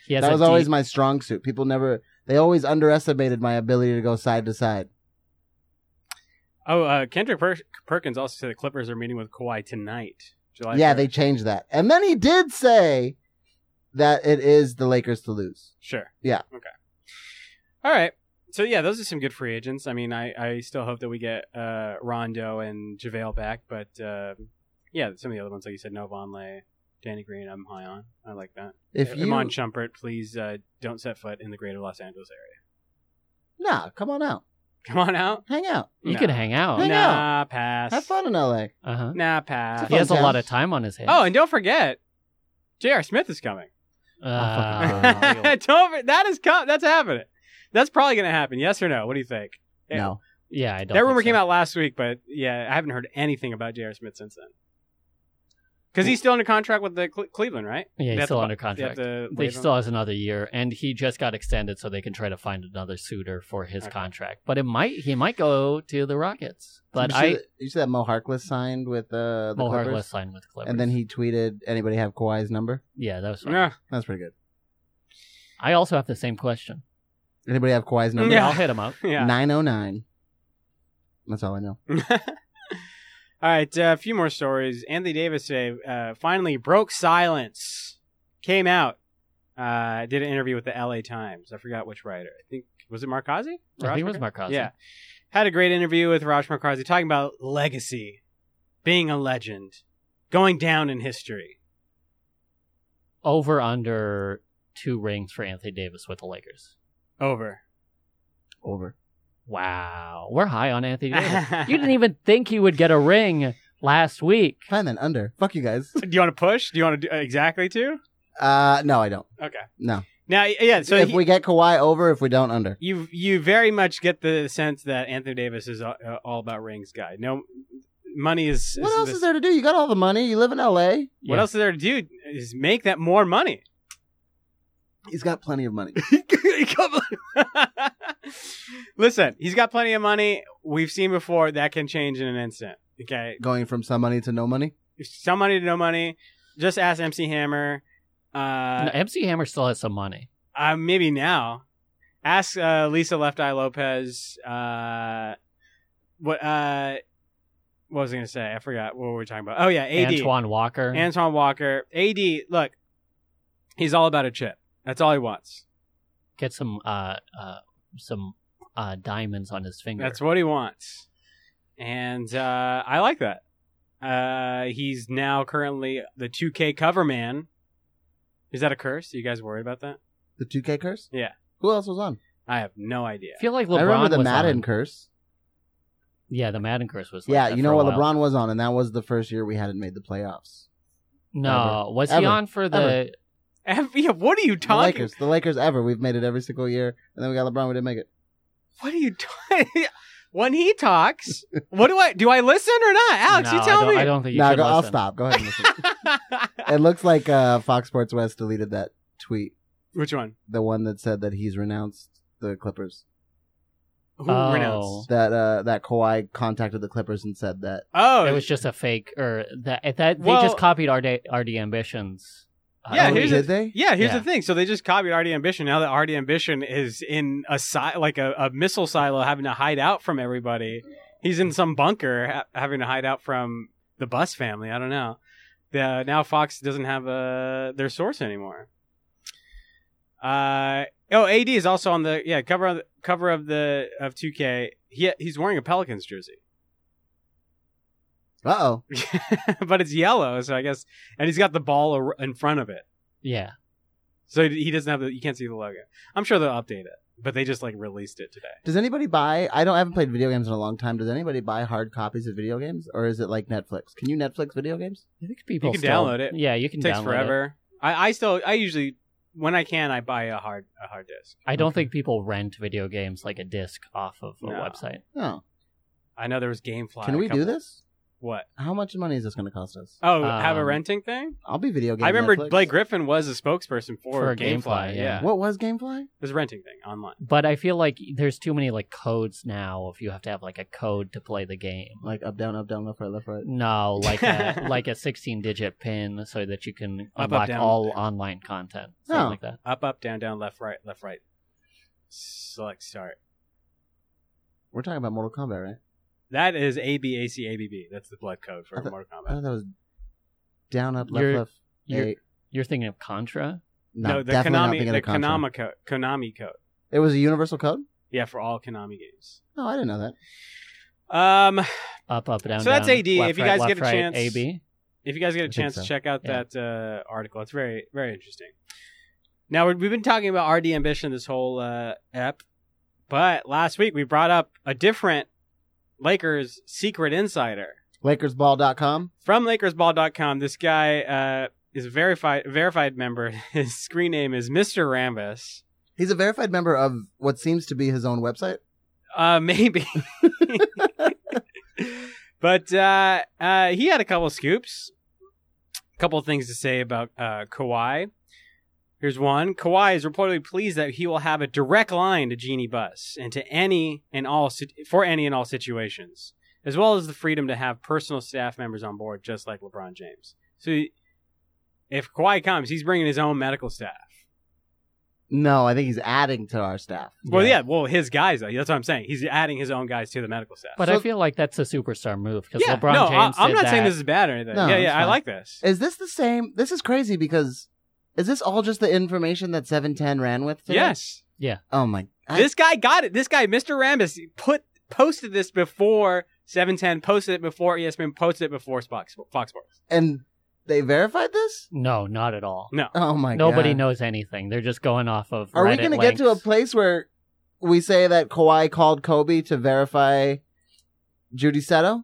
S2: He has
S3: that
S2: a
S3: was always
S2: deep-
S3: my strong suit. People never they always underestimated my ability to go side to side.
S1: Oh, uh, Kendrick per- Perkins also said the Clippers are meeting with Kawhi tonight. July
S3: Yeah, they
S1: 3rd.
S3: changed that. And then he did say that it is the Lakers to lose.
S1: Sure.
S3: Yeah.
S1: Okay. All right. So yeah, those are some good free agents. I mean, I, I still hope that we get uh, Rondo and JaVale back, but um yeah, some of the other ones, like you said, Noah Vonleh, Danny Green, I'm high on. I like that. Uh,
S3: If you
S1: Iman Shumpert, please uh, don't set foot in the greater Los Angeles area. *laughs*
S3: Nah, come on out.
S1: Come on out.
S3: Hang out.
S2: You
S1: No.
S2: can hang out.
S3: Hang
S1: nah, pass.
S3: Oh, Have fun in LA.
S2: Uh huh.
S1: Nah,
S3: It's
S1: pass.
S2: He has a
S3: Fun
S2: lot
S3: town.
S2: of time on his hands.
S1: Oh, and don't forget, J.R. Smith is coming. *laughs*
S2: Uh, *laughs*
S3: fucking
S1: don't for- that is com- that's happening. That's probably going to happen. Yes or no? What do you think? Yeah.
S3: No.
S2: yeah, I don't.
S1: That
S2: think
S1: rumor
S2: so.
S1: came out last week, but yeah, I haven't heard anything about J.R. Smith since then. Because he's still under contract with the Cle- Cleveland, right?
S2: Yeah,
S1: They
S2: he's
S1: have
S2: still
S1: to-
S2: under
S1: they have
S2: contract.
S1: to
S2: They
S1: waive him?
S2: still has another year, and he just got extended, so they can try to find another suitor for his
S1: Okay.
S2: contract. But it might he might go to the Rockets. But
S3: you
S2: I
S3: see, that- you see that Mo Harkless signed with uh, the
S2: Mo
S3: Clippers?
S2: Harkless signed with Clippers,
S3: and then he tweeted, "Anybody have Kawhi's number?"
S2: yeah, that was. Fun.
S1: Yeah.
S3: That's pretty good.
S2: I also have the same question.
S3: Anybody have Kawhi's number?
S1: *laughs* Yeah.
S2: I'll hit him up.
S1: Yeah.
S3: Nine oh nine. That's all I know.
S1: *laughs* All right, uh, a few more stories. Anthony Davis today uh, finally broke silence, came out, uh, did an interview with the LA Times. I forgot which writer. I think was it Markazi?
S2: I think it was Markazi.
S1: Yeah, had a great interview with Raj Markazi talking about legacy, being a legend, going down in history.
S2: Over under two rings for Anthony Davis with the Lakers.
S1: Over.
S3: Over. *laughs*
S2: Wow, we're high on Anthony Davis. you didn't even think he would get a ring last week.
S3: Fine then, under. Fuck you guys.
S1: Do you want to push? Do you want to do exactly two?
S3: Uh, no, I don't.
S1: Okay.
S3: No.
S1: Now, yeah. So
S3: if
S1: he-
S3: we get Kawhi over, if we don't, under.
S1: you you very much get the sense that Anthony Davis is uh, uh, all about rings guy. No money is.
S3: What
S1: is
S3: else
S1: the-
S3: is there to do? You got all the money. You live in L.A.
S1: What
S2: Yeah.
S1: else is there to do? Is make that more
S3: *laughs*
S1: money.
S3: He's got plenty of money.
S1: Come on. *laughs* Listen, he's got plenty of money. We've seen before that can change in an instant. Okay,
S3: *laughs* Going from some money to no money.
S1: some money to no money. Just ask MC Hammer. Uh,
S2: No, MC Hammer still has some money.
S1: uh, maybe now. Ask uh, Lisa Left Eye Lopez. Uh, what? Uh, what was I going to say? I forgot what we were talking about. Oh yeah, AD
S2: Antoine Walker.
S1: Antoine Walker. AD. Look, he's all about a chip. That's all he wants.
S2: get some uh, uh, some uh, diamonds on his finger.
S1: That's what he wants, and uh, I like that. Uh, he's now currently the 2K cover man. Is that a curse? Are you guys worried about that?
S3: The 2K curse.
S1: Yeah.
S3: Who else was on?
S1: I have no idea. *laughs*
S2: I feel like LeBron
S3: I remember the
S2: was
S3: Madden
S2: on-
S3: curse.
S2: Yeah, the Madden curse was. Like
S3: yeah,
S2: that
S3: you
S2: for
S3: know
S2: a
S3: what?
S2: while.
S3: LeBron was on, and that was the first year we hadn't made the playoffs.
S2: No, was he
S3: Ever.
S2: on for the?
S1: Ev- yeah, what are you
S3: The
S1: talking?
S3: Lakers, the Lakers ever. We've made it every single year, and then we got LeBron. We didn't make it.
S1: What are you talking? *laughs* when he talks, what do I do? I listen or not, Alex?
S2: No,
S1: you tell
S2: I don't,
S1: me.
S2: I don't think you
S3: No,
S2: should
S3: go, I'll
S2: listen.
S3: stop. Go ahead. and listen. it looks like uh, Fox Sports West deleted that tweet,
S1: *laughs* Which one?
S3: the one that said that he's renounced the Clippers.
S1: Who
S2: Oh.
S1: renounced?
S3: That uh, that Kawhi contacted the Clippers and said that
S1: Oh,
S2: It was just a fake, or that that
S1: Well-
S2: they just copied RD, RD ambitions. Uh,
S1: Yeah,
S3: Oh,
S1: here's
S3: did
S1: the-
S3: they?
S1: Yeah, here's
S2: Yeah.
S1: the thing. So they just copied RD Ambition. Now that RD Ambition is in a si- like a, a missile silo, having to hide out from everybody. He's in some bunker, ha- having to hide out from the Bus family. I don't know. The, now Fox doesn't have uh, their source anymore. Uh oh, AD is also on the yeah cover of the, cover of the of 2K. He he's wearing a Pelicans jersey. *laughs*
S3: Uh oh.
S1: but it's yellow, so I guess, and he's got the ball ar- in front of it,
S2: yeah.
S1: so he doesn't have the. You can't see the logo. I'm sure they'll update it, but they just like released it today.
S3: Does anybody buy? I don't. I haven't played video games in a long time. Does anybody buy hard copies of video games, or is it like Netflix? Can you Netflix video games?
S2: I think people
S1: can
S2: still-
S1: download it.
S2: Yeah, you can
S1: It takes
S2: download It.
S1: forever. I, I still, I usually, when I can, I buy a hard a hard disk.
S2: I don't
S3: Okay.
S2: think people rent video games like a disc off of a
S1: No.
S2: website.
S3: No.
S1: I know there was GameFly.
S3: Can
S1: a
S3: we do
S1: couple-
S3: this?
S1: What?
S3: How much money is this going to cost us?
S1: Oh, have a
S2: Um,
S1: renting thing.
S3: I'll be video game.
S1: I remember
S3: Netflix.
S1: Blake Griffin was a spokesperson for,
S2: For
S1: GameFly.
S2: GameFly,
S1: yeah,
S2: yeah.
S3: What was GameFly?
S1: it was a renting thing online.
S2: But I feel like there's too many like codes now. If you have to have like a code to play the game,
S3: Like up, down, up, down, left, right, left, right.
S2: No,
S1: *laughs*
S2: like a like a 16 digit pin so that you can
S1: Up, up,
S2: unlock
S1: down.
S2: all online content. Something
S3: Oh.
S2: like that.
S1: Up, up, down, down, left, right, left, right. Select start.
S3: We're talking about Mortal Kombat, right?
S1: That is A B A C A B B. That's the blood code for
S3: I thought-
S1: Mortal
S3: I
S1: Kombat.
S3: thought that was down, up, left,
S2: You're-
S3: left.
S2: you're-
S3: eight.
S2: You're thinking of Contra?
S3: No,
S1: the
S3: definitely not
S1: Konami,
S3: thinking
S1: the
S3: of Contra.
S1: Konami code, Konami code.
S3: It was a universal code.
S1: Yeah, for all Konami games.
S3: No, I didn't know that.
S1: Um,
S2: Up, up, down.
S1: So that's
S2: down,
S1: AD. If
S2: left,
S1: you
S2: right,
S1: guys get
S2: left,
S1: a
S2: right,
S1: chance-
S2: AB.
S1: if you guys get a
S3: I think
S1: chance
S3: so.
S1: to check out
S2: Yeah.
S1: that uh, article, it's very very interesting. Now we- we've been talking about RD ambition this whole uh, ep, but last week we brought up a different Lakers secret insider
S3: Lakersball.com.
S1: from LakersBall.com. This guy uh, is a verified verified member. *laughs* His screen name is Mr. Rambus.
S3: He's a verified member of what seems to be his own website.
S1: Uh, *laughs* maybe. but uh, uh, he had a couple scoops, a couple things to say about uh, Kawhi. Here's one. Kawhi is reportedly pleased that he will have a direct line to Genie Bus and to any and all sit- for any and all situations, as well as the freedom to have personal staff members on board, just like LeBron James. So, he- if Kawhi comes, he's bringing his own medical staff.
S3: No, I think he's adding to our staff.
S1: Well, yeah. well, his guys. Though. That's what I'm saying. He's adding his own guys to the medical staff.
S2: But I
S3: So-
S2: feel like that's a superstar move because
S1: yeah,
S2: LeBron
S1: no,
S2: James
S1: I, am
S2: did
S1: not
S2: that.
S1: saying this is bad or anything.
S3: No,
S1: yeah,
S3: it's
S1: yeah, I
S3: fine.
S1: like this.
S3: Is this the same? This is crazy because is this all just the information that 710 ran with? Today?
S1: yes,
S3: Oh my. I-
S1: this guy got it. This guy, Mr. Rambis, put posted this before 710, posted it before E ESPN, posted it before Fox, Fox Sports.
S3: and they verified this?
S2: No, not at all.
S1: No,
S3: Oh my
S2: Nobody
S3: god.
S2: knows anything. They're just going off of.
S3: Are we
S2: going to
S3: get to a place where we say that Kawhi called Kobe to verify Judy Seto?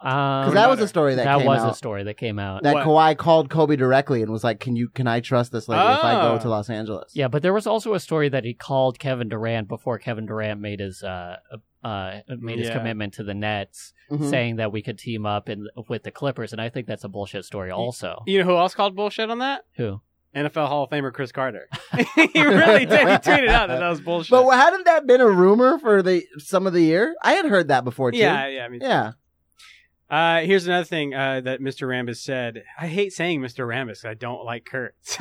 S2: Because
S3: Because that was a story that,
S2: that
S3: came
S2: was
S3: out.
S2: a story that came out.
S3: That
S1: Oh, What?
S3: Kawhi called Kobe directly and was like, "Can you? Can I trust this lady if I
S1: Oh.
S3: go to Los Angeles?"
S2: Yeah, but there was also a story that he called Kevin Durant before Kevin Durant made his uh, uh, made his
S1: Yeah.
S2: commitment to the Nets,
S3: Mhm.
S2: saying that we could team up in, with the Clippers, and I think that's a bullshit story. Also,
S1: You know who else called bullshit on that?
S2: who?
S1: NFL Hall of Famer Chris Carter. *laughs* he really did. He tweeted out that that was bullshit.
S3: But wh- hadn't that been a rumor for the some of the year? I had heard that before too.
S1: yeah, yeah. I mean,
S3: Yeah.
S1: Uh, here's another thing uh, that Mr. Rambus said. I hate saying Mr. Rambus. I don't like Kurt. *laughs*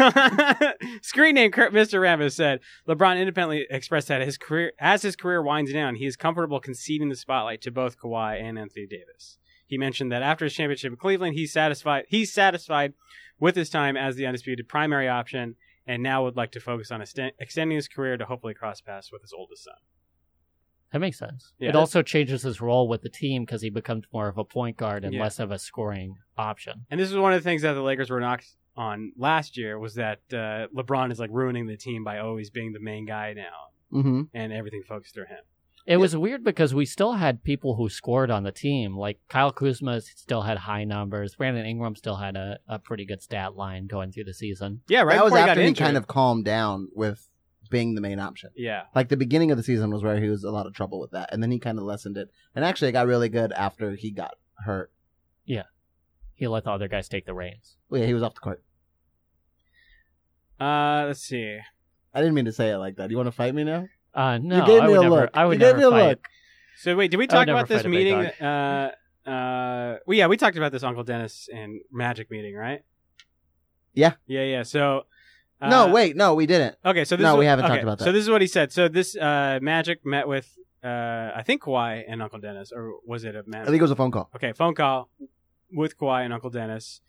S1: Screen name Kurt. Mr. Rambus said LeBron independently expressed that his career, as his career winds down, he is comfortable conceding the spotlight to both Kawhi and Anthony Davis. He mentioned that after his championship in Cleveland, he's satisfied. He's satisfied with his time as the undisputed primary option, and now would like to focus on esten- extending his career to hopefully cross paths with his oldest son.
S2: That makes sense.
S1: Yeah.
S2: It also changes his role with the team because he becomes more of a point guard and
S1: Yeah.
S2: less of a scoring option.
S1: And this is one of the things that the Lakers were knocked on last year was that uh, LeBron is like ruining the team by always being the main guy now,
S3: Mm-hmm.
S1: and everything focused through him.
S2: It was weird because we still had people who scored on the team. Like Kyle Kuzma still had high numbers. Brandon Ingram still had a, a pretty good stat line going through the season.
S1: Yeah, right.
S3: that was
S1: before
S3: after
S1: he, got
S3: he
S1: injured.
S3: kind of calmed down with being the main option.
S1: Yeah,
S3: Like the beginning of the season was where he was a lot of trouble with that, and then he kind of lessened it. And actually, it got really good after he got hurt.
S2: He let the other guys take the reins.
S3: Well, yeah, he was off the court.
S1: uh, let's see.
S3: I didn't mean to say it like that. You want to fight me now?
S2: Uh, no,
S3: you gave
S2: I
S3: me
S2: would
S3: a
S2: never.
S3: look.
S2: I would
S3: you
S2: never
S3: gave me a
S2: fight.
S3: look.
S1: So wait, did we
S2: I would
S1: talk
S2: never
S1: about this
S2: fight a big
S1: meeting?
S2: dog.
S1: Uh, uh, well, yeah, we talked about this Uncle Dennis and Magic meeting, right?
S3: Yeah.
S1: yeah, yeah. So uh,
S3: no, wait, no, we didn't.
S1: Okay, so this
S3: No,
S1: is
S3: we haven't
S1: okay,
S3: talked about that.
S1: So this is what he said. So this uh, Magic met with uh, I think Kawhi and Uncle Dennis, or was it a
S3: I
S1: Magic?
S3: think it was a phone call.
S1: Okay, phone call with Kawhi and Uncle Dennis.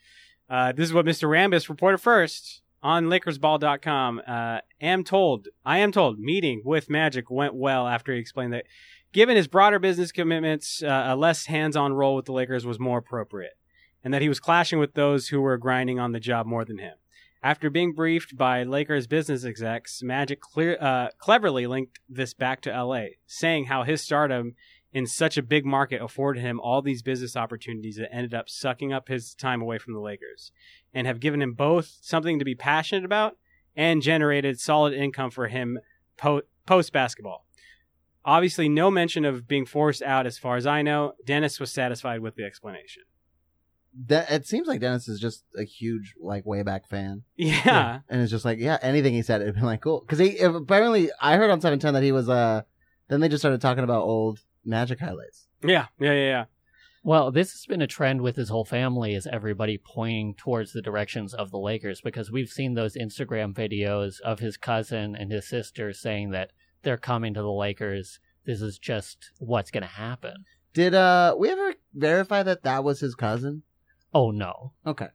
S1: Uh, this is what Mr. Rambis reported first on LakersBall.com. Uh, am told, I am told, meeting with Magic went well after he explained that given his broader business commitments, uh, a less hands on role with the Lakers was more appropriate, and that he was clashing with those who were grinding on the job more than him. After being briefed by Lakers business execs, Magic clear, uh, cleverly linked this back to LA, saying how his stardom in such a big market afforded him all these business opportunities that ended up sucking up his time away from the Lakers and have given him both something to be passionate about and generated solid income for him po- post basketball. Obviously, no mention of being forced out as far as I know. Dennis was satisfied with the explanation. *laughs*
S3: That it seems like Dennis is just a huge like way back fan.
S1: Yeah.
S3: And it's just like, yeah, anything he said, it'd been like, cool. Because he if- apparently, I heard on 710 that he was, uh, then they just started talking about old magic highlights.
S1: Yeah. Yeah. Yeah. yeah.
S2: Well, this has been a trend with his whole family is everybody pointing towards the directions of the Lakers because we've seen those Instagram videos of his cousin and his sister saying that they're coming to the Lakers. This is just what's going to happen.
S3: Did, uh, we ever verify that that was his cousin?
S2: Oh no.
S3: *laughs* Okay.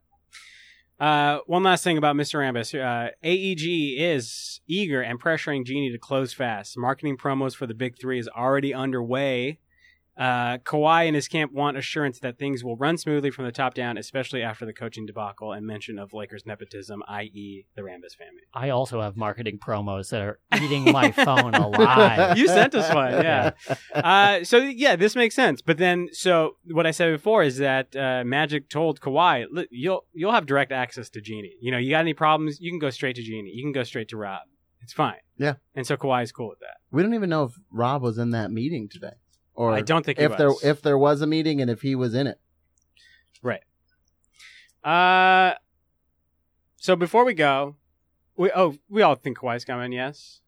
S1: Uh, one last thing about Mr. Ambus. Uh, AEG is eager and pressuring Genie to close fast. Marketing promos for the Big Three is already underway. Uh, Kawhi and his camp want assurance that things will run smoothly from the top down, especially after the coaching debacle and mention of Lakers nepotism, i.e., the Rambus family.
S2: I also have marketing promos that are eating my
S3: *laughs*
S2: phone
S1: *laughs*
S2: alive.
S1: You sent us one, yeah. Uh, so yeah, this makes sense. But then, so what I said before is that uh, Magic told Kawhi, "Look, "You'll you'll have direct access to Genie. You know, you got any problems, you can go straight to Genie. You can go straight to Rob. It's fine."
S3: Yeah.
S1: And so Kawhi's cool with that.
S3: we don't even know if Rob was in that meeting today. Or
S1: I don't think he
S3: if there
S1: was.
S3: if there was a meeting and if he was in it.
S1: uh, so before we go, we oh we all think Kawhi's coming. Yes,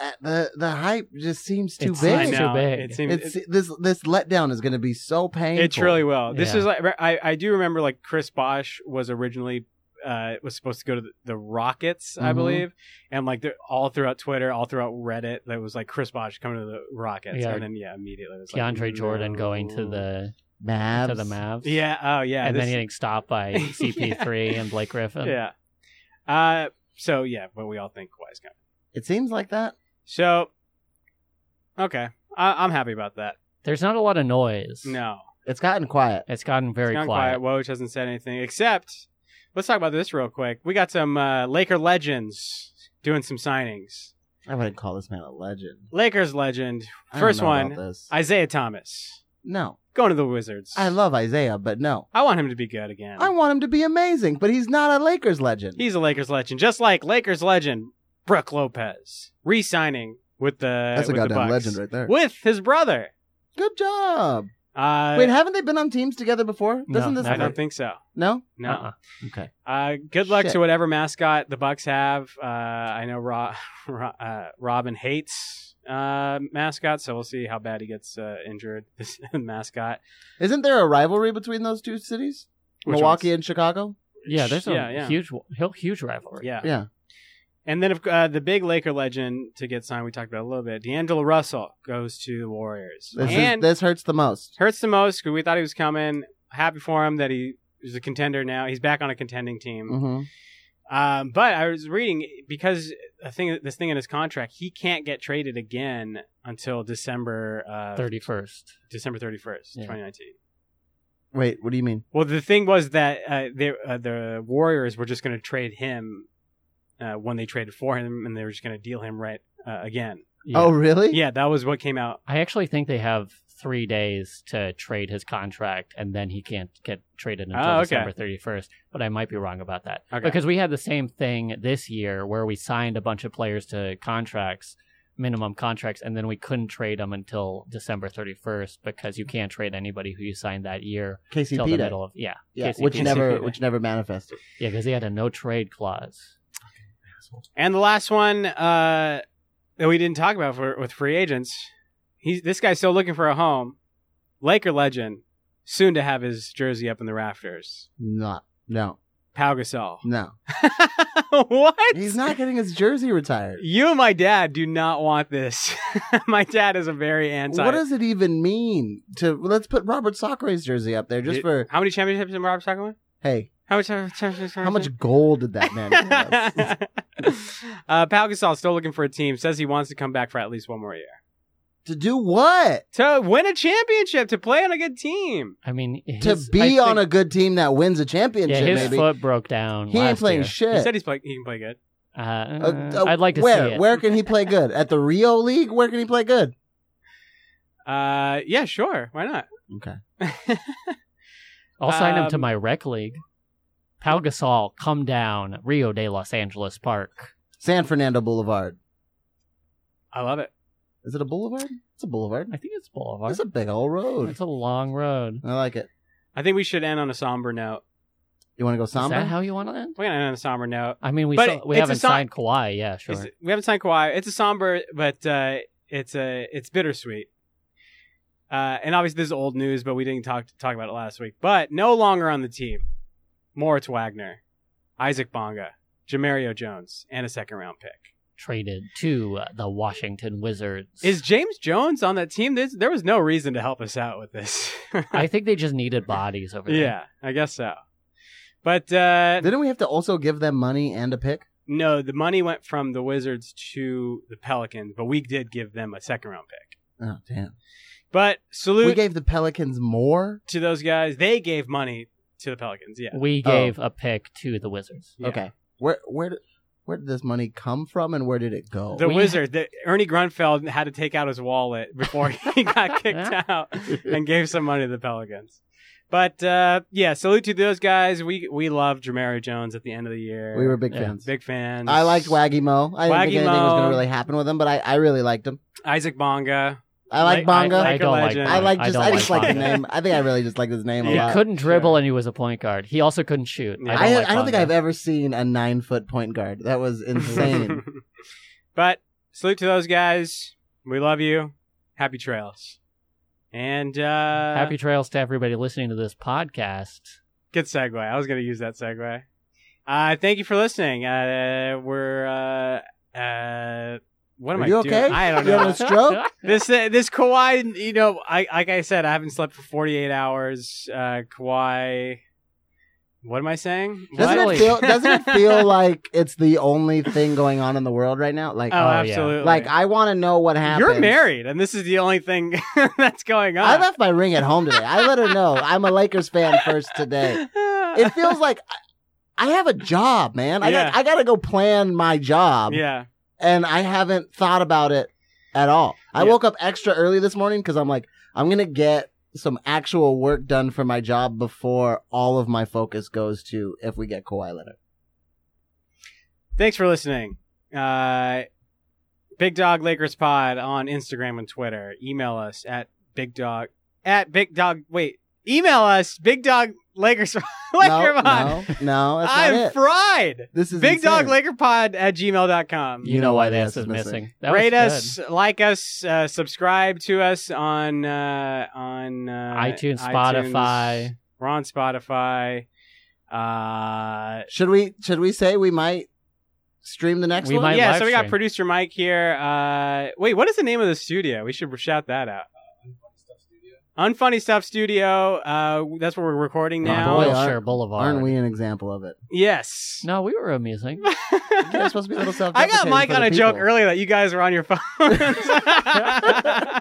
S3: Uh, The the hype just seems too
S2: It's-
S1: I
S3: big.
S1: know.
S2: Too big.
S1: It seems
S3: It's this this letdown is going to be so painful.
S1: It truly will. This
S2: Yeah.
S1: is like I, I do remember like Chris Bosch was originally uh was supposed to go to the, the Rockets, I
S2: Mm-hmm.
S3: Mhm.
S1: believe, and like they're- all throughout Twitter, all throughout Reddit, that was like Chris Bosch coming to the Rockets,
S2: Yeah.
S1: and then yeah, immediately it was like,
S2: DeAndre Jordan
S1: no.
S2: going to the
S3: Mavs.
S2: to the Mavs.
S1: yeah oh yeah
S2: and
S1: this-
S2: then um, getting stopped
S3: *laughs*
S2: by CP3 and Blake Griffin.
S1: yeah uh so yeah, but we all think Kawhi's coming.
S3: It seems like that.
S1: So okay, I, I'm happy about that.
S2: There's not a lot of noise.
S1: No,
S3: It's gotten quiet.
S2: It's gotten very
S1: It's gone
S2: quiet.
S1: Woj hasn't said anything except let's talk about this real quick. We got some uh, Laker legends doing some signings.
S3: I wouldn't call this man a legend.
S1: Lakers legend
S3: I don't
S1: First
S3: know
S1: one,
S3: about this.
S1: Isaiah Thomas.
S3: No.
S1: Going to the Wizards.
S3: I love Isaiah, but no.
S1: I want him to be good again.
S3: I want him to be amazing, but he's not a Lakers legend.
S1: He's a Lakers legend, just like Lakers legend Brooke Lopez re-signing with the
S3: That's a
S1: with the
S3: goddamn
S1: Bucks.
S3: legend right there.
S1: with his brother.
S3: Good job.
S1: Uh,
S3: Wait, haven't they been on teams together before?
S2: No,
S3: Doesn't this
S1: I don't
S3: hurt?
S1: think so.
S3: No?
S1: No.
S2: Uh-uh. Okay.
S1: Uh, good luck
S3: Shit.
S1: to whatever mascot the Bucks have. Uh, I know Ro- *laughs* Ro- uh, Robin hates uh, mascots, so we'll see how bad he gets uh, injured. *laughs* This mascot,
S3: Isn't there a rivalry between those two cities?
S1: Which
S3: Milwaukee
S1: ones?
S3: and Chicago?
S2: Yeah, there's a
S1: Yeah, yeah.
S2: huge, hu- huge rivalry.
S1: yeah,
S3: Yeah.
S1: And then of uh, the big Laker legend to get signed, we talked about a little bit. D'Angelo Russell goes to the Warriors,
S3: This,
S1: and
S3: is, this hurts the most.
S1: hurts the most because we thought he was coming. Happy for him that he is a contender now. He's back on a contending team.
S3: hmm
S1: Um, but I was reading because a thing, this thing in his contract, he can't get traded again until December uh,
S2: Thirty first.
S1: December thirty first,
S2: Yeah.
S1: twenty nineteen.
S3: Wait, what do you mean?
S1: Well, the thing was that uh, they, uh, the Warriors were just going to trade him uh, when they traded for him, and they were just going to deal him right uh, again.
S3: Oh, really?
S1: Yeah, that was what came out.
S2: I actually think they have three days to trade his contract, and then he can't get traded until
S1: Oh, okay.
S2: December 31st. But I might be wrong about that
S1: Okay.
S2: because we had the same thing this year where we signed a bunch of players to contracts, minimum contracts, and then we couldn't trade them until December 31st because you can't trade anybody who you signed that year till
S3: KCP
S2: the
S3: Day.
S2: middle of yeah,
S3: Yeah,
S2: KCP.
S3: which never
S1: Day.
S3: which never manifested.
S2: yeah, because he had a no trade clause.
S1: And the last one uh, that we didn't talk about for with free agents, he's this guy's still looking for a home. Laker legend, soon to have his jersey up in the rafters.
S3: Not. No.
S1: Pau Gasol.
S3: No.
S1: *laughs* what?
S3: He's not getting his jersey retired.
S1: You and my dad do not want this. *laughs* my dad is a very anti.
S3: What does it even mean to let's put Robert Sacre's jersey up there just
S1: Did-
S3: for
S1: How many championships did Robert Sacco win?
S3: hey,
S1: How much? How
S3: how *laughs* much gold did that
S2: *laughs*
S3: man give us?
S1: *laughs* uh, Pau Gasol still looking for a team. Says he wants to come back for at least one more year
S3: to do what?
S1: to win a championship, to play on a good team.
S2: I mean,
S3: To
S2: his,
S3: be
S1: I
S3: on
S1: think-
S3: a good team that wins a championship,
S2: yeah, his
S3: maybe.
S2: foot broke down.
S3: he ain't
S2: last
S3: playing
S2: year.
S1: He
S3: shit.
S1: said he's play, he can play good.
S2: Uh,
S3: Uh, uh,
S2: I'd like to
S3: where,
S2: see it.
S3: Where can
S2: *laughs*
S3: he play good? At the Rio League? Where can he play good?
S1: Uh, yeah, sure. Why not?
S3: Okay.
S2: I'll sign him to
S1: Um,
S2: my rec league. Pau Gasol, come down Rio de Los Angeles Park.
S3: San Fernando Boulevard.
S1: *laughs* I love it.
S3: Is it a boulevard? It's a boulevard.
S2: I think it's Boulevard.
S3: It's a big old road.
S2: It's a long road.
S3: I like it.
S1: I think we should end on a somber note.
S3: You want to go
S2: Is that
S3: samba?
S2: how you want to end?
S1: We're gonna end on a somber note.
S2: I mean, we
S1: But
S2: saw, we
S1: it's a
S2: haven't
S1: song-
S2: signed Kawhi. Yeah, sure.
S1: It's- we haven't signed Kawhi. It's a somber, but uh, it's a it's bittersweet. Uh, and obviously, this is old news, but we didn't talk talk about it last week. But no longer on the team, Moritz Wagner, Isaac Bonga, Jamario Jones, and a second round pick.
S2: Traded to uh, the Washington Wizards.
S1: Is James Jones on that team? There's, there was no reason to help us out with this. *laughs*
S2: I think they just needed bodies over there.
S1: yeah, I guess so. But uh,
S3: Didn't we have to also give them money and a pick?
S1: no, the money went from the Wizards to the Pelicans, but we did give them a second round pick.
S3: Oh damn!
S1: But salute
S3: We gave the Pelicans more.
S1: to those guys. They gave money to the Pelicans. Yeah.
S2: We
S3: Oh.
S2: gave a pick to the Wizards.
S1: Yeah.
S3: Okay. Where where did- where did this money come from and where did it go?
S1: The
S2: We-
S1: wizard, the, Ernie Grunfeld, had to take out his wallet before
S2: *laughs*
S1: he got kicked out and gave some money to the Pelicans. But uh, yeah, salute to those guys. We we love Jamari Jones at the end of the year.
S3: we were big
S2: Yeah.
S3: fans.
S1: big fans.
S3: I liked Waggy Mo. I didn't
S1: Waggy
S3: think anything was
S1: Mo.
S3: going to really happen with him, but I, I really liked him.
S1: Isaac Bonga.
S3: I like
S1: Like-
S3: Bonga.
S1: like
S2: I don't like.
S1: legend.
S2: Bonga.
S3: I like just
S2: don't
S3: I, just like the
S2: Bonga.
S3: name. I think I really just like his name
S1: Yeah.
S3: a lot.
S2: Couldn't dribble
S1: Sure.
S2: and he was a point guard. He also couldn't shoot.
S1: Yeah.
S2: I don't,
S3: I, I,
S2: like
S3: don't think
S2: Bonga.
S3: I've ever seen a nine foot point guard. That
S1: *laughs*
S3: was insane.
S1: but salute to those guys. We love you. Happy trails. And uh,
S2: Happy trails to everybody listening to this podcast.
S1: Good segue. I was going to use that segue. Uh, thank you for listening. Uh, we're uh, uh, what am
S3: Are
S1: I
S3: you
S1: doing?
S3: okay?
S1: I don't
S3: You having
S1: know.
S3: a stroke?
S1: this uh, this Kawhi, you know, I like I said, I haven't slept for 48 hours. Uh, Kawhi, what am I saying?
S3: Doesn't
S1: What?
S2: Really?
S3: it feel doesn't it
S1: *laughs*
S3: feel like it's the only thing going on in the world right now? Like
S1: Oh, absolutely.
S3: like I want to know what happened.
S1: you're married, and this is the only thing *laughs* that's going on.
S3: I left my ring at home today. I let her know I'm a
S1: *laughs*
S3: Lakers fan first today. It feels like I- I have a job, man. I
S1: Yeah.
S3: got I got to go plan my job,
S1: yeah,
S3: and I haven't thought about it at all. I
S1: Yeah.
S3: woke up extra early this morning because I'm like I'm gonna get some actual work done for my job before all of my focus goes to if we get Kawhi
S1: *laughs*
S3: Leonard.
S1: Thanks for listening. Uh, Big Dog Lakers Pod on Instagram and Twitter. Email us at Big Dog at Big Dog. Wait, email us Big Dog Lakers *laughs* Laker
S3: no,
S1: Pod.
S3: no, no, that's not
S1: I'm
S3: it.
S1: fried.
S3: this is
S1: Big Dog
S3: insane.
S1: Laker Pod at gmail.com.
S2: *laughs* You, know why this is missing. That was
S1: Rate
S2: good.
S1: us, like us, uh, subscribe to us on uh, on uh,
S2: iTunes, Spotify.
S1: We're on Spotify. Uh,
S3: Should we should we say we might stream the next
S2: We
S3: one?
S2: might-
S1: yeah,
S2: live
S1: so we got
S2: stream.
S1: producer Mike here. Uh, wait, what is the name of the studio? We should shout that out. Unfunny Stuff Studio. Uh, that's where we're recording
S3: Oh,
S1: now.
S3: boy.
S2: Wilshire
S3: aren't-
S2: Boulevard.
S3: Aren't we an example of it?
S1: Yes.
S3: *laughs*
S2: No, we were amusing.
S3: You're not supposed to be a little
S1: *laughs* I got
S3: self-deprecating
S1: Mike
S3: for
S1: on
S3: the
S1: a joke
S3: people.
S1: earlier that you guys were on your
S3: *laughs*
S1: phones. *laughs* uh,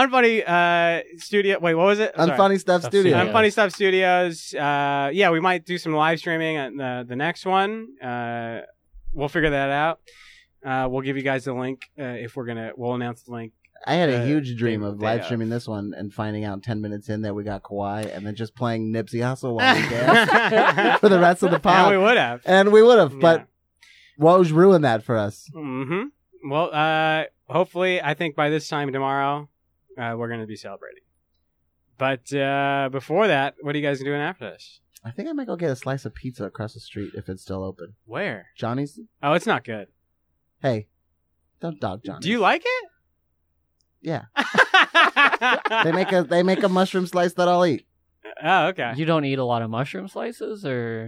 S1: Unfunny uh, Studio. Wait, what was it? I'm sorry.
S3: Unfunny Stuff
S2: Stuff
S3: Studio.
S2: Studio.
S1: Unfunny Stuff Studios. Uh, yeah, we might do some live streaming on the, the next one. Uh, we'll figure that out. Uh, we'll give you guys the link uh, if we're gonna. We'll announce the link.
S3: I had a
S1: Uh,
S3: huge dream
S1: day-
S3: of
S1: day
S3: live
S1: off.
S3: streaming this one and finding out 10 minutes in that we got Kawhi and then just playing Nipsey Hussle
S1: *laughs*
S3: while we danced for the rest of the
S1: and
S3: pod.
S1: we would have.
S3: And we would have, but Woj ruined that for us.
S1: hmm Well, uh, hopefully, I think by this time tomorrow, uh, we're going to be celebrating. But uh, before that, what are you guys doing after this?
S3: I think I might go get a slice of pizza across the street if it's still open.
S1: Where?
S3: Johnny's?
S1: Oh, it's not good.
S3: Hey, don't dog Johnny's.
S1: Do you like it? *laughs*
S3: Yeah.
S1: they
S3: They make a they make a mushroom slice that I'll eat.
S1: Oh, okay.
S2: You don't eat a lot of mushroom slices, or